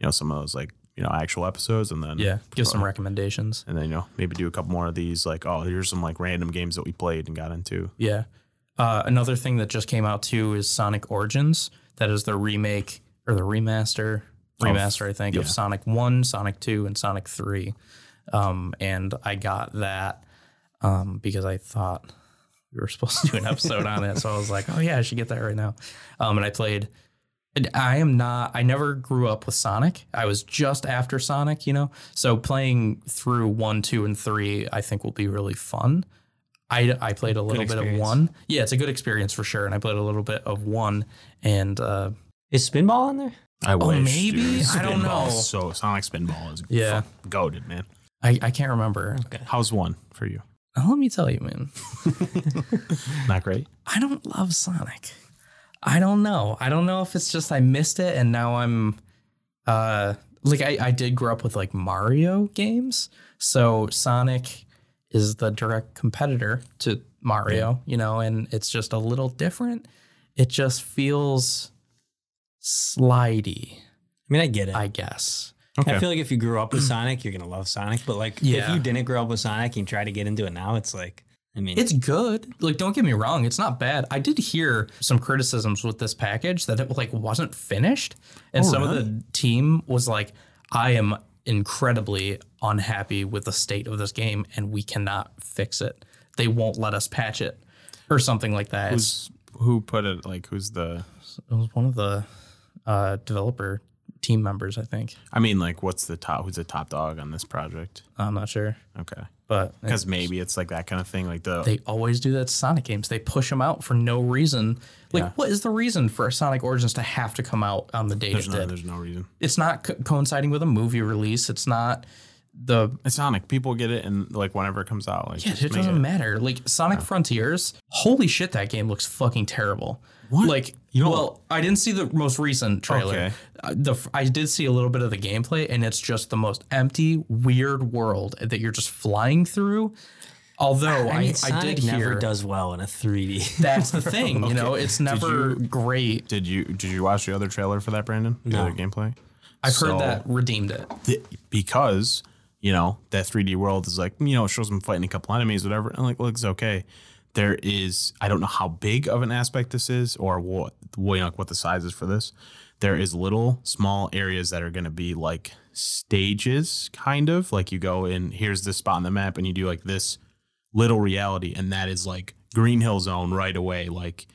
you know some of those like you know actual episodes and then
Yeah, give some recommendations.
and then you know maybe do a couple more of these like oh here's some like random games that we played and got into.
Yeah. Uh, another thing that just came out too is Sonic Origins. That is the remake or the remaster, remaster I think
yeah.
of Sonic One, Sonic Two, and Sonic Three. Um, and I got that um, because I thought we were supposed to do an episode on it, so I was like, oh yeah, I should get that right now. Um, and I played. And I am not. I never grew up with Sonic. I was just after Sonic, you know. So playing through one, two, and three, I think will be really fun. I, I played a little bit of
experience.
one. Yeah, it's a good experience for sure. And I played a little bit of one, and uh,
Is Spinball on there?
I oh,
wish, dude.
Spinball
I don't know.
is So Sonic Spinball is
Yeah.
yeah goaded man.
I, I can't remember.
Hmm.
How's one for you?
Now, let me tell you, man.
Not great.
I don't love Sonic. I don't know. I don't know if it's just I missed it and now I'm uh like I, I did grow up with like Mario games. So Sonic is the direct competitor to Mario, you know, and it's just a little different. It just feels slidey,
I mean, I get it.
I guess.
Okay.
I feel like if you grew up with Sonic, you're gonna love Sonic. But like,
Yeah.
if you didn't grow up with Sonic and try to get into it now, it's like, I mean,
It's good. Like, don't get me wrong, it's not bad. I did hear some criticisms with this package that it like wasn't finished, and
Oh,
some of
really?
the team was like, "I am incredibly unhappy with the state of this game, and we cannot fix it. They won't let us patch it, or something like that." It was,
Who's who put it like who's the
it was one of the uh, developer team members, I think.
I mean like what's the top who's the top dog on this project?
I'm not sure,
Okay.
but
because maybe it's like that kind of thing. Like the
they always do that to Sonic games. They push them out for no reason. Like,
Yeah.
what is the reason for Sonic Origins to have to come out on the date
there's
it
no
did?
there's no reason.
It's not co- coinciding with a movie release. It's not the
It's Sonic. People get it, and like whenever it comes out, like
yeah.
just
It
make
doesn't matter. Like Sonic Frontiers. Holy shit, that game looks fucking terrible.
What?
Like
You don't-
well, I didn't see the most recent trailer.
Okay.
Uh, the f- I did see a little bit of the gameplay, and it's just the most empty, weird world that you're just flying through. Although
I
I,
mean,
I,
Sonic
did
never
hear
does well in a 3D.
that's the thing. You know, it's never great.
Did you did you watch the other trailer for that, Brandon? The
No.
other gameplay.
I've
So-
heard that redeemed it.
Th- because you know that 3D world is like you know it shows them fighting a couple enemies, whatever, and like looks okay. There is I don't know how big of an aspect this is or what well, you know, like what the size is for this. There is little small areas that are going to be like stages, kind of like you go in. Here's this spot on the map, and you do like this little reality, and that is like Green Hill Zone right away, like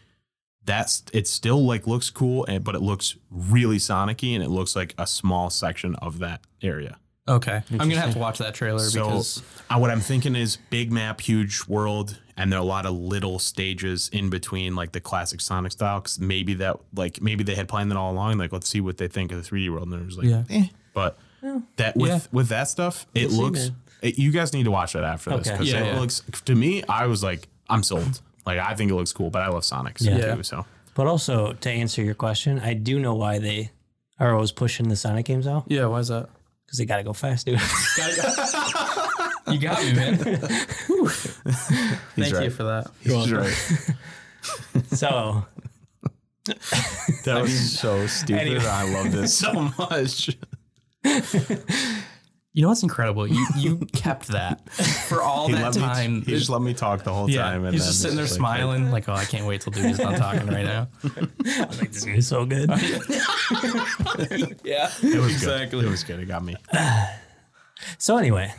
that's it still like looks cool and but it looks really sonicky and it looks like a small section of that area
Okay. I'm going to have to watch that trailer
so
because
uh, what i'm thinking is big map huge world and there are a lot of little stages in between like the classic sonic style 'cause maybe that like maybe they had planned it all along like let's see what they think of the 3d world and it was like
Yeah.
eh. but that with
Yeah.
with that stuff it
see,
looks
man.
it, you guys need to watch that after this
Okay.
because
Yeah,
it
yeah.
looks to me i was like i'm sold like i think it looks cool but i love sonic so
Yeah.
too so
But also to answer your question, I do know why they are always pushing the Sonic games out
Yeah, why is that?
because they got to go fast, dude.
You got me, man. Thank
right.
you for that.
He's right.
so
That was so stupid.
Anyway.
I love this so much.
You know what's incredible? You you kept that for all that time.
he just let me talk the whole
yeah,
time.
he's just sitting there
like,
smiling, like, "Oh, I can't wait till dude's done talking right now."
I was like, this game is so good.
Yeah,
It was exactly. Good. It was good. It got me.
so anyway,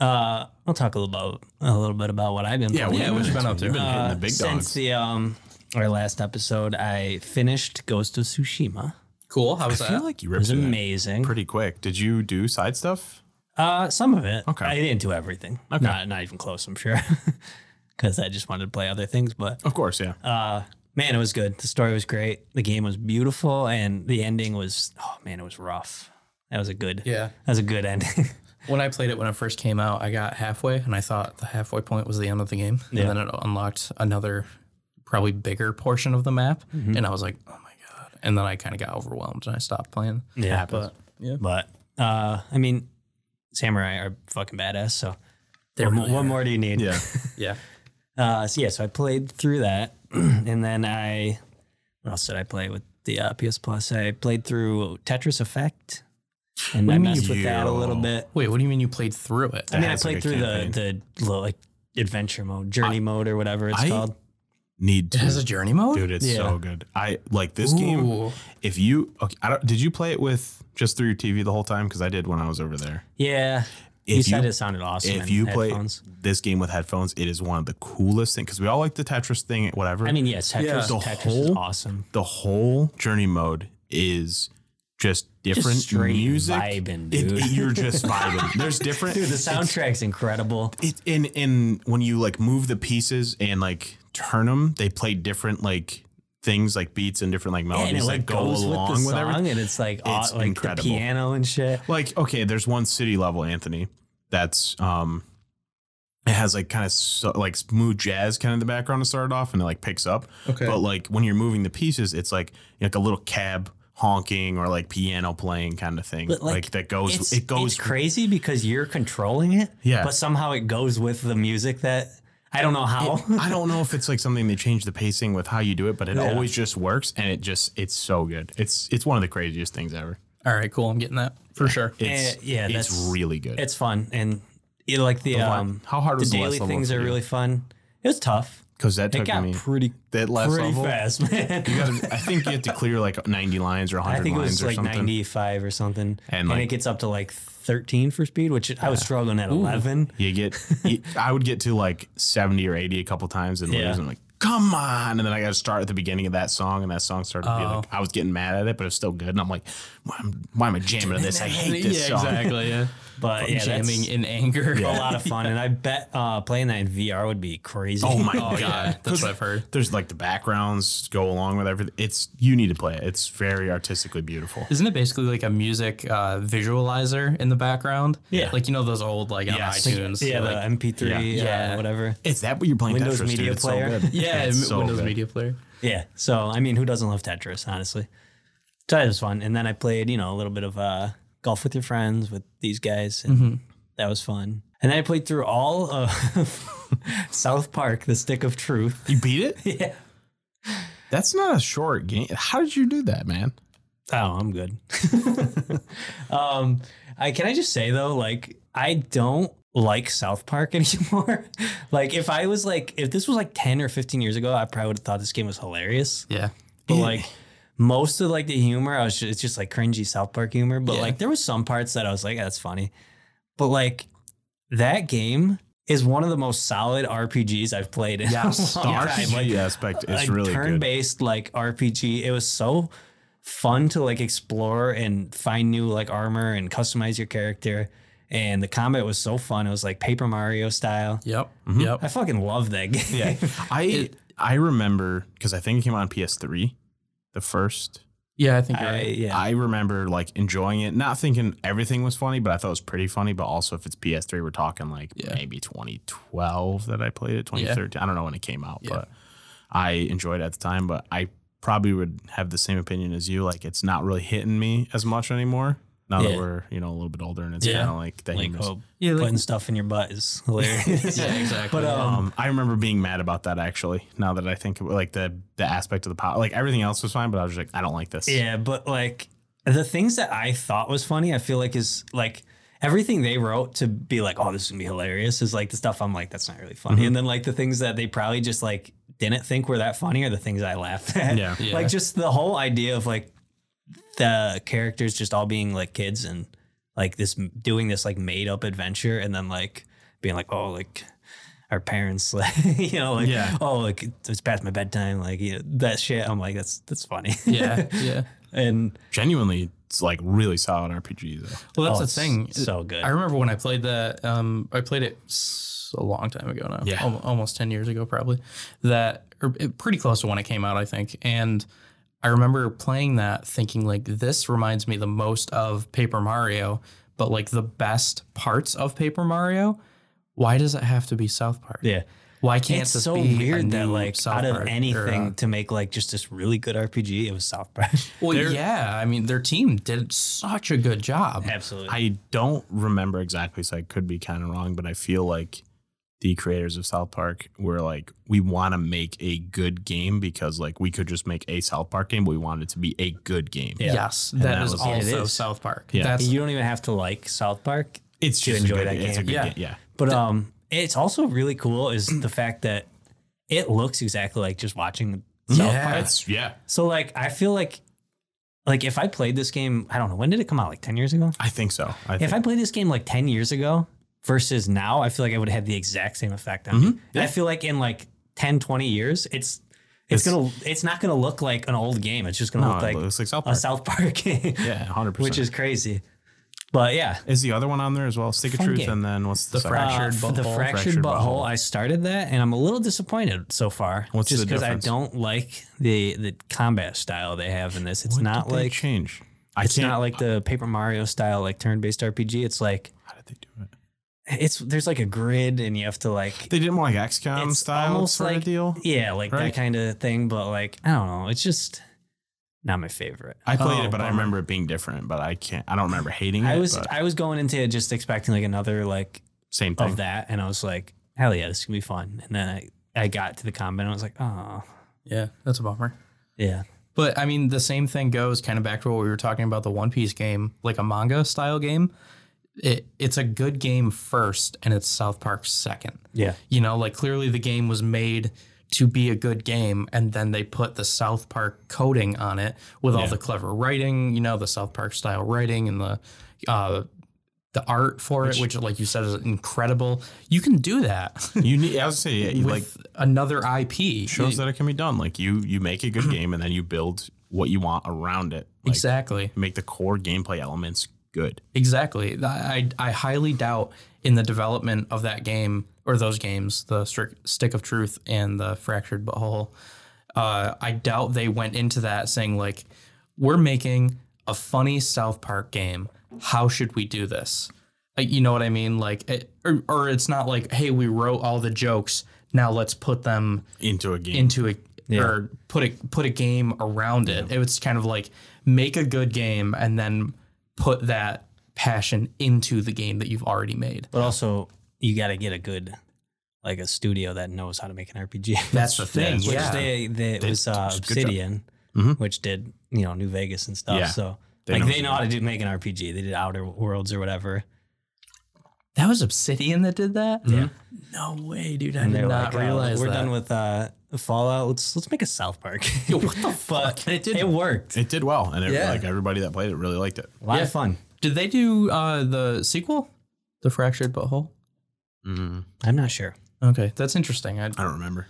uh, we'll talk a little about a little bit about what I've been.
Yeah,
playing. Uh,
we-
Yeah, what you been up to?
You've been hitting the big
Since
dogs.
the um our last episode, I finished Ghost of Tsushima.
Cool. How was
I feel
that?
like you
It
ripped
was
through that
amazing.
pretty quick. Did you do side stuff?
Uh, some of it.
Okay.
I didn't do everything. Not not even close. I'm sure, because I just wanted to play other things. But
Of course, yeah.
uh, man, it was good. The story was great. The game was beautiful, and the ending was oh man, it was rough. That was a good.
Yeah.
That was a good ending.
When I played it when it first came out, I got halfway and I thought the halfway point was the end of the game,
Yeah.
and then it unlocked another, probably bigger portion of the map, and I was like, "Oh my god!" And then I kind of got overwhelmed and I stopped playing.
yeah.
But yeah,
But uh, I mean, samurai are fucking badass. So, what, mo- what more do you need?
Yeah.
yeah.
Uh, so yeah, so I played through that, and then I what else did I play with the uh, PS Plus? I played through Tetris Effect, and I
What do you mean
messed with that a little
you-
bit.
Wait, what do you mean you played through it?
I mean, I
has,
played
like, a
through the the little, like adventure mode, journey mode, or whatever it's
I-
called.
Need to,
It has a journey mode,
dude. It's so
Yeah.
good. I like this game.
Ooh.
If you, okay, I don't. Did you play it with just through your TV the whole time? Because I did when I was over there.
Yeah,
If
you said
you-
it sounded awesome.
If
in
you play
headphones.
this game with headphones, it is one of the coolest things. Because we all like the Tetris thing, whatever.
I mean, yes, Tetris,
Yeah.
The
Tetris is
whole-
awesome.
the whole journey mode is just different
straight
music.
vibing,
It-
dude.
it- you're just vibing. There's different.
Dude, the soundtrack's incredible.
It, in in when you like move the pieces and like turn them, they play different like things like beats and different like melodies
And it
that
like
go
goes
along
with the
with
song,
everything.
and it's like aw-
It's
like
incredible.
the piano and shit.
Like okay, there's one city level, Anthony. That's um, it has like kind of so, like smooth jazz kind of in the background to start off, and it like picks up.
Okay.
But like when you're moving the pieces, it's like like a little cab honking or like piano playing kind of thing. Like,
But, like,
that goes.
it's,
it goes.
it's crazy because you're controlling it.
Yeah.
But somehow it goes with the music that I don't know how.
I don't know if it's like something they changed the pacing with how you do it, but it always just works, and it just it's so good. It's it's one of the craziest things ever.
All right, cool. I'm getting that for sure.
It's
Eh, yeah,
it's
that's-
really good.
it's fun and you know, like the,
li-
um
how hard
the
was the last
daily
level
things
for
are
you?
really fun. It was tough.
because that
It
took
got
me
pretty
that last
pretty
level.
fast, man.
You gotta, I think you have to clear like ninety lines or
I
hundred
think it
lines
was
or
like
something.
95 or something.
And,
And,
like-
it gets up to like 13 for speed, which I was struggling at 11.
You get, you- I would get to like seventy or eighty a couple times and
Yeah.
lose. And I'm like, come on! And then I got to start at the beginning of that song, and that song started to be
Oh.
like, I was getting mad at it, but it was still good. And I'm like, why, am- why am I jamming to this? I hate this
yeah,
song.
exactly. Yeah,
But yeah,
jamming
that's
in anger.
a lot of fun. And I bet uh, playing that in VR would be crazy.
Oh my
Oh
god,
yeah, that's what I've heard.
There's like the backgrounds go along with everything. It's you need to play it. It's very artistically beautiful.
Isn't it basically like a music uh, visualizer in the background?
Yeah.
like you know those old like on
Yes.
iTunes.
Yeah,
like,
the MP3,
Yeah.
Uh, whatever.
Is that what you're playing
Windows
Tetris, dude?
Media
It's
Player.
So good.
yeah,
It's
M-
so
Windows
good.
Media Player.
Yeah. So I mean, who doesn't love Tetris? Honestly, so that was fun. And then I played, you know, a little bit of uh, golf with your friends with these guys, and that was fun. And then I played through all of South Park: The Stick of Truth.
You beat it?
Yeah.
That's not a short game. How did you do that, man?
Oh, I'm good. um, I can I just say though, like I don't like South Park anymore. like if I was like if this was like 10 or 15 years ago, I probably would have thought this game was hilarious.
Yeah,
But like most of like the humor, I was just, it's just like cringy South Park humor. But
Yeah.
like there was some parts that I was like, that's funny. But like that game is one of the most solid RPGs I've played in
Yes,
a
The
long time.
RPG
Like,
aspect is
like
really good.
turn-based like RPG. It was so fun to like explore and find new like armor and customize your character. And the combat was so fun. It was like Paper Mario style.
Yep. Yep.
I fucking love that game.
Yeah. I I remember because I think it came out on PS3, the first.
Yeah, I think you're
I,
right.
yeah.
I remember like enjoying it, not thinking everything was funny, but I thought it was pretty funny. But also, if it's PS3, we're talking like
Yeah.
maybe 2012 that I played it, 2013. I don't know when it came out,
Yeah.
but I enjoyed it at the time. But I probably would have the same opinion as you. Like, it's not really hitting me as much anymore now
Yeah.
that we're you know a little bit older, and it's
Yeah.
kind of like that.
like oh,
humor's-
hope
Yeah, like-
putting stuff in your butt is hilarious.
Yeah, exactly.
But um,
Um, I remember being mad about that actually. Now that I think about like the the aspect of the pot, like everything else was fine, but I was just like, I don't like this.
Yeah, but like the things that I thought was funny, I feel like is like everything they wrote to be like, oh, this is gonna be hilarious is like the stuff I'm like, that's not really funny. And then like the things that they probably just like didn't think were that funny are the things I laughed at.
Yeah.
Yeah.
Like just the whole idea of like the characters just all being like kids and like this doing this like made up adventure and then like being like, oh, like our parents, like, you know, like,
Yeah.
oh, like it's past my bedtime, like, you know, that shit. I'm like, that's, that's funny.
yeah, yeah.
and
Genuinely, it's like really solid RPG though.
Well, that's
Oh,
the
it's
thing.
so good.
I remember when I played that. Um, I played it s- a long time ago now.
Yeah.
Al- almost ten years ago, probably. That or uh, pretty close to when it came out, I think. And I remember playing that, thinking like, this reminds me the most of Paper Mario, but like the best parts of Paper Mario. Why does it have to be South Park?
yeah,
Why can't
it's
this
so
be a
weird that
new
like
South
out of
Park or,
anything
uh,
to make like just this really good RPG, it was South Park.
well, yeah. I mean, their team did such a good job.
Absolutely.
I don't remember exactly, so I could be kind of wrong, but I feel like the creators of South Park were like, we want to make a good game because like we could just make a South Park game, but we wanted it to be a good game.
Yeah.
Yes,
And that
that is
was-
Yeah, it
also
is.
South Park.
Yeah.
That's
you don't even have to like South Park,
It's
To
just
enjoy
a good,
that
It's a
game.
good
Yeah.
game. Yeah.
but um, it's also really cool is the fact that it looks exactly like just watching South
Yeah.
Park.
That's yeah.
So like, I feel like like if I played this game, I don't know when did it come out, like ten years ago.
I think so. I
If
think
I played this game like 10 years ago versus now, I feel like I would have had the exact same effect on
Mm-hmm.
me. And I feel like in like 10, 20 years, it's it's,
It's-
gonna it's not gonna look like an old game. It's just gonna
no,
look
it
like
looks like South
a
Park.
South Park game.
yeah, hundred percent.
Which is crazy. But yeah.
is the other one on there as well? Stick of
Fun
Truth,
game.
and then what's the,
The
second?
Fractured
Uh, f- the
Butthole.
fractured,
Fractured
butthole.
Butthole.
I started that, and I'm a little disappointed so far.
What's
just
the
I
difference?
don't like the the combat style they have in this. It's
What
not
did they
like
change. I
Uh, it's
can't.
not like the Paper Mario style, like turn based RPG. It's like
how did they do it?
it's there's like a grid, and you have to like
They did more like XCOM
It's
style
almost
sort
like-
of deal.
Yeah, like that
Right?
kind of thing. But like, I don't know. It's just not my favorite.
I played
Oh,
it, but I
bummer.
remember it being different. But I can't. I don't remember hating
I
it.
was
but
I was going into it just expecting like another like
same thing.
of that, and I was like, hell yeah, this is gonna be fun. And then I I got to the combat, and I was like, oh
yeah, that's a bummer.
yeah,
But I mean, the same thing goes kind of back to what we were talking about the One Piece game, like a manga style game. It, it's a good game first, and it's South Park second.
yeah,
You know, like clearly the game was made to be a good game, and then they put the South Park coding on it with all
Yeah.
the clever writing, you know, the South Park style writing and the uh, the art for it, which, like you said, is incredible. You can do that
You need. I was saying yeah, you,
with
like
another E IP.
shows that it can be done. Like you, you make a good game, and then you build what you want around it. Like,
exactly.
Make the core gameplay elements good.
Exactly. Th- I, I highly doubt in the development of that game or those games, the Stri- Stick of Truth and the Fractured Butthole, uh, I doubt they went into that saying, like, we're making a funny South Park game. How should we do this? Uh, You know what I mean? Like, it, or, or it's not like, hey, we wrote all the jokes. Now let's put them
into a game.
into a or put a put a game around it. It was kind of like make a good game and then put that passion into the game that you've already made.
but also you got to get a good like a studio that knows how to make an RPG.
That's the thing.
which
Yeah.
they, they it was uh,
it's a good job.
Obsidian,
Mhm.
which did you know New Vegas and stuff.
Yeah.
So
They
like
know
they
what
know
to
how to do make an RPG. They did Outer Worlds or whatever.
That was Obsidian that did that.
Yeah.
No way, dude! I
And
did
they're
not
like, uh,
realize
we're
that.
done with uh, Fallout. Let's let's make a South Park.
what the fuck? It did.
it worked.
it did well, and it,
Yeah.
like everybody that played it really liked it.
A lot
Yeah.
of fun.
Did they do uh, the sequel, the Fractured Butthole?
Mm,
I'm not sure.
Okay, that's interesting. I
I don't remember.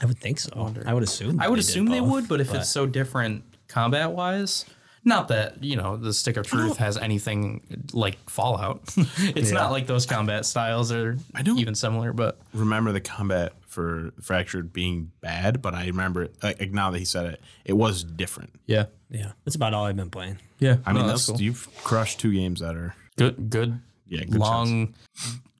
I would think so. I, would assume.
I would
did
assume they
both,
would, but if it's so different combat wise, not that you know the stick of truth has anything like Fallout. it's not like those combat styles are I
don't-
even similar, but
Remember the combat for Fractured being bad, but I remember like now that he said it, it was different.
yeah,
yeah, that's about all I've been playing.
yeah.
I mean,
no,
that's,
Oh, cool.
you've crushed two games that are
good, good,
yeah good shots.
long,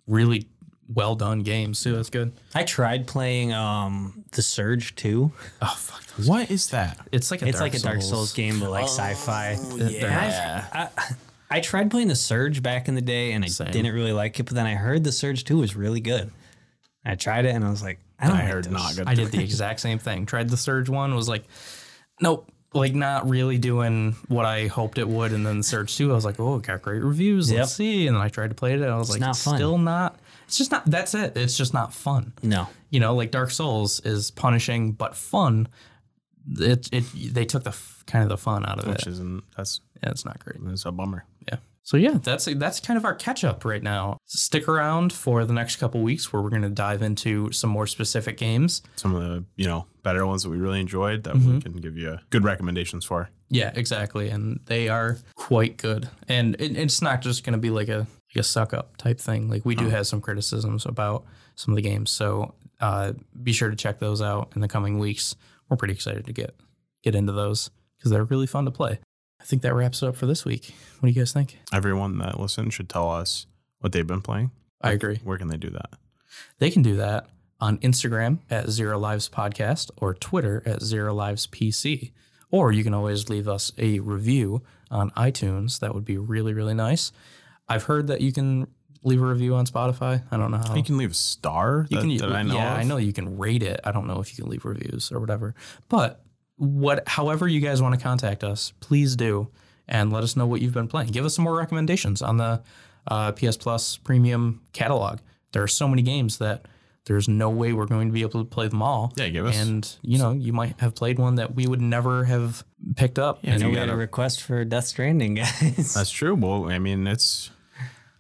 really well done games too. That's good.
I tried playing um the Surge too.
Oh fuck,
What is that?
it's like a
It's like a Dark Souls game, but
Oh,
like sci-fi.
Yeah.
I, I tried playing the Surge back in the day, and I
Same.
didn't really like it. But then I heard the Surge Two was really good. I tried it, and I was like, I don't.
I
like
heard
this.
not good.
I did the exact same thing. Tried the Surge one, was like, nope, like not really doing what I hoped it would. And then Surge 2, I was like, oh, it got great reviews.
Yep.
Let's see. And then I tried to play it, and I was like,
not fun.
still not. It's just not, that's it. It's just not fun.
No.
You know, like Dark Souls is punishing, but fun. It, it they took the f- kind of the fun out of
Which
it.
isn't that's
Yeah, it's not great.
that's a bummer.
Yeah. So yeah, that's that's kind of our catch up right now. Stick around for the next couple weeks where we're going to dive into some more specific games.
Some of the you know better ones that we really enjoyed that
Mm-hmm.
we can give you uh, good recommendations for.
Yeah, exactly, and they are quite good. And it, it's not just going to be like a like a suck up type thing. Like we do have some criticisms about some of the games, so uh, be sure to check those out in the coming weeks. We're pretty excited to get get into those because they're really fun to play. I think that wraps it up for this week. What do you guys think?
Everyone that listened should tell us what they've been playing.
I agree.
Where can they do that?
They can do that on Instagram at Zero Lives Podcast or Twitter at Zero Lives PC. Or you can always leave us a review on iTunes. That would be really, really nice. I've heard that you can leave a review on Spotify. I don't know how.
You can leave a star.
You
that,
can-
that I know.
yeah,
of.
I know you can rate it. I don't know if you can leave reviews or whatever. But what, however you guys want to contact us, please do, and let us know what you've been playing. Give us some more recommendations on the uh, PS Plus Premium catalog. There are so many games that there's no way we're going to be able to play them all.
Yeah, give us-
And you know, you might have played one that we would never have picked up.
I
and
know
you
we had a
gotta-
request for Death Stranding, guys.
That's true. Well, I mean, it's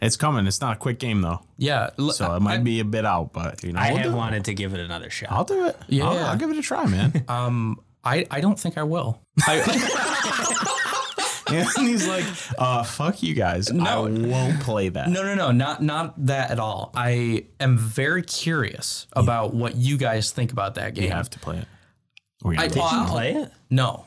it's coming. It's not a quick game though,
yeah, l-
so um it might be a bit out. But you know,
I
we'll
had
do it.
wanted to give it another shot.
I'll do it.
Yeah.
I'll, I'll give it a try, man.
um, I I don't think I will. I,
and he's like, uh, "Fuck you guys. I won't play that."
No, no, no, not not that at all. I am very curious about what you guys think about that game.
You have to play it. We're
I-
gonna, make,
I'll-
Didn't play it.
No,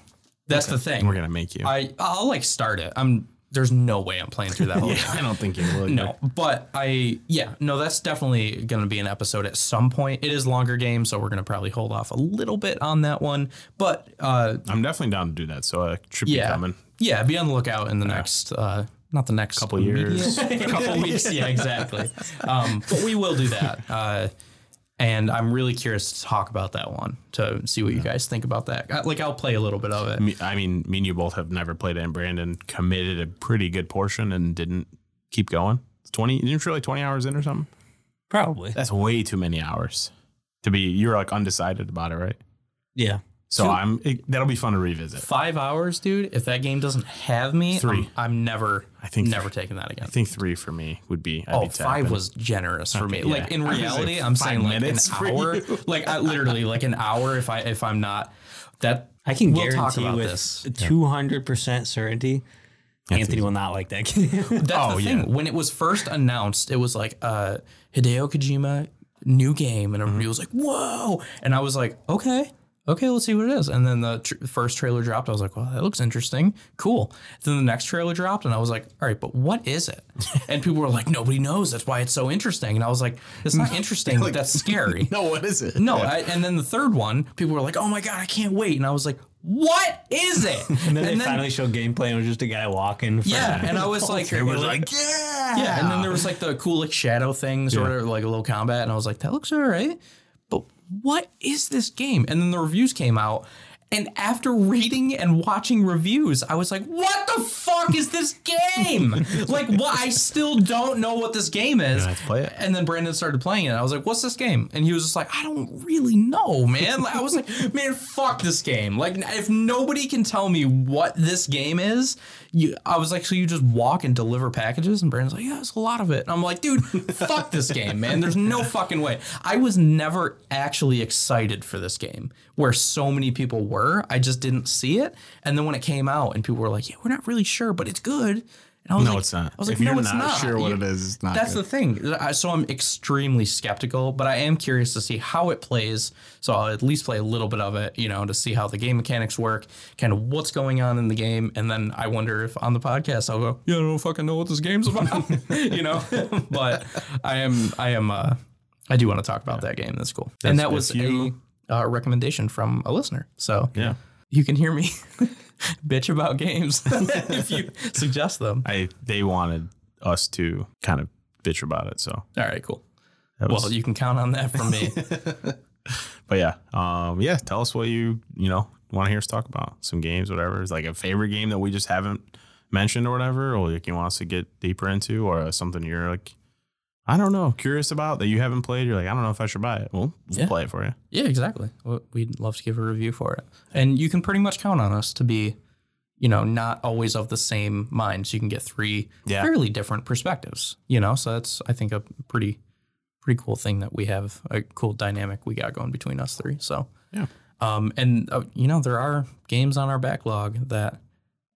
that's the thing.
we're gonna make you.
I I'll like start it. I'm there's no way I'm playing through that whole
I don't think you will.
No, but I yeah no that's definitely going to be an episode at some point. It is longer game, so we're going to probably hold off a little bit on that one. But uh,
I'm definitely down to do that. So uh, it should be
yeah,
coming.
yeah, be on the lookout in the next uh, not the next
Couple years.
a couple weeks. Yeah, exactly. Um, but we will do that. Uh, and I'm really curious to talk about that one to see what you guys think about that. I- Like, I'll play a little bit of it.
Me- I mean, me and you both have never played it, and Brandon committed a pretty good portion and didn't keep going. It's Twenty, you're really twenty hours in or something.
Probably.
That's way too many hours to be. You're like undecided about it, right?
Yeah.
So I'm. It, that'll be fun to revisit.
Five hours, dude. If that game doesn't have me,
Three.
I'm, I'm never, I
I
think
think
never taking that again.
I think three for me would be. I'd
Oh,
be
five
tapping.
was generous for me.
yeah.
Like in
I was like,
reality, I'm saying
five
like an
minutes for
hour.
you.
Like I literally like an hour if I if I'm not that
I can
we'll
guarantee
talk about
with
this.
200% certainty, Anthony will not like that game.
That's
Oh,
the
yeah.
thing. When it was first announced, it was like uh, Hideo Kojima new game, and everybody was like, "Whoa!" And I was like, "Okay, okay, let's see what it is." And then the tr- first trailer dropped. I was like, "Well, that looks interesting, cool." Then the next trailer dropped, and I was like, "All right, but what is it?" and people were like, "Nobody knows. That's why it's so interesting." And I was like, "It's not interesting. but that's scary."
No, what is it?
No, I, and then the third one, people were like, "Oh my god, I can't wait!" And I was like, "What is it?"
and then they finally showed gameplay and it was just a guy walking. For
yeah, and I was like,
It was like yeah,
yeah, and then there was like the cool like shadow things or whatever, like a little combat, and I was like, that looks all right. But what is this game? And then the reviews came out, And after reading and watching reviews, I was like, what the fuck is this game? like, what? I still don't know what this game is.
gonna have to play it.
And then Brandon started playing it. And I was like, what's this game? And he was just like, I don't really know, man. Like, I was like, man, fuck this game. Like, if nobody can tell me what this game is, you, I was like, so you just walk and deliver packages? And Brandon's like, yeah, it's a lot of it. And I'm like, dude, fuck this game, man. There's no fucking way. I was never actually excited for this game where so many people were. I just didn't see it. And then when it came out and people were like, yeah, we're not really sure, but it's good. And I was
No,
like-
it's not.
I was like,
If
no,
you're
it's
not
not.
sure what
You-
it is, it's not
That's
good.
the thing. I- So I'm extremely skeptical, but I am curious to see how it plays. So I'll at least play a little bit of it, you know, to see how the game mechanics work, kind of what's going on in the game, and then I wonder if on the podcast I'll go, yeah, I don't fucking know what this game's about, you know. but I am, I am, uh, I do want to talk about that game. That's cool. and that
if
was
you-
a uh, recommendation from a listener. So
Yeah.
you can hear me bitch about games if you suggest them.
I they wanted us to kind of bitch about it. So,
All right, cool.
that was-
Well, you can count on that from me.
but yeah, um, yeah. Tell us what you you know want to hear us talk about. Some games, whatever. It's like a favorite game that we just haven't mentioned or whatever, or like you want us to get deeper into, or something you're like, I don't know, curious about that you haven't played. You're like, I don't know if I should buy it. Well, we'll
Yeah.
play it for you.
Yeah, exactly. Well, We'd love to give a review for it. And you can pretty much count on us to be, you know, not always of the same mind. So you can get three
Yeah.
fairly different perspectives, you know? So that's, I think, a pretty, pretty cool thing that we have a cool dynamic we got going between us three. So,
Yeah.
Um, and, uh, you know, there are games on our backlog that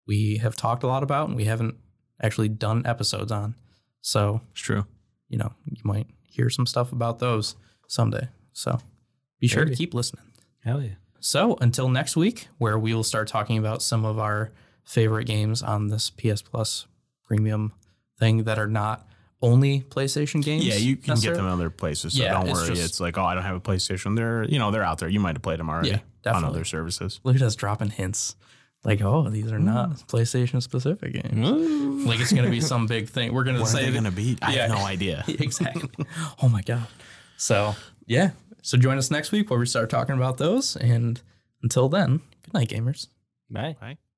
we have talked a lot about and we haven't actually done episodes on. So
It's true.
you know, you might hear some stuff about those someday. So be sure to
Maybe.
keep listening.
Hell yeah.
So until next week, where we will start talking about some of our favorite games on this PS Plus premium thing that are not only PlayStation games.
Yeah, you can get
necessarily.
them in other places. So
Yeah,
don't
it's
worry.
just-
it's like, oh, I don't have a PlayStation. They're you know they're out there. You might have played them already
Yeah,
on
definitely.
other services.
Look at us dropping hints. Like, oh, these are not
Mm.
PlayStation specific games. Like it's gonna be some big thing. We're gonna
What are
say
they
that-
gonna be? I
Yeah.
have no idea.
exactly. oh my god. So yeah. So join us next week where we start talking about those. And until then, good night, gamers.
Bye.
Right?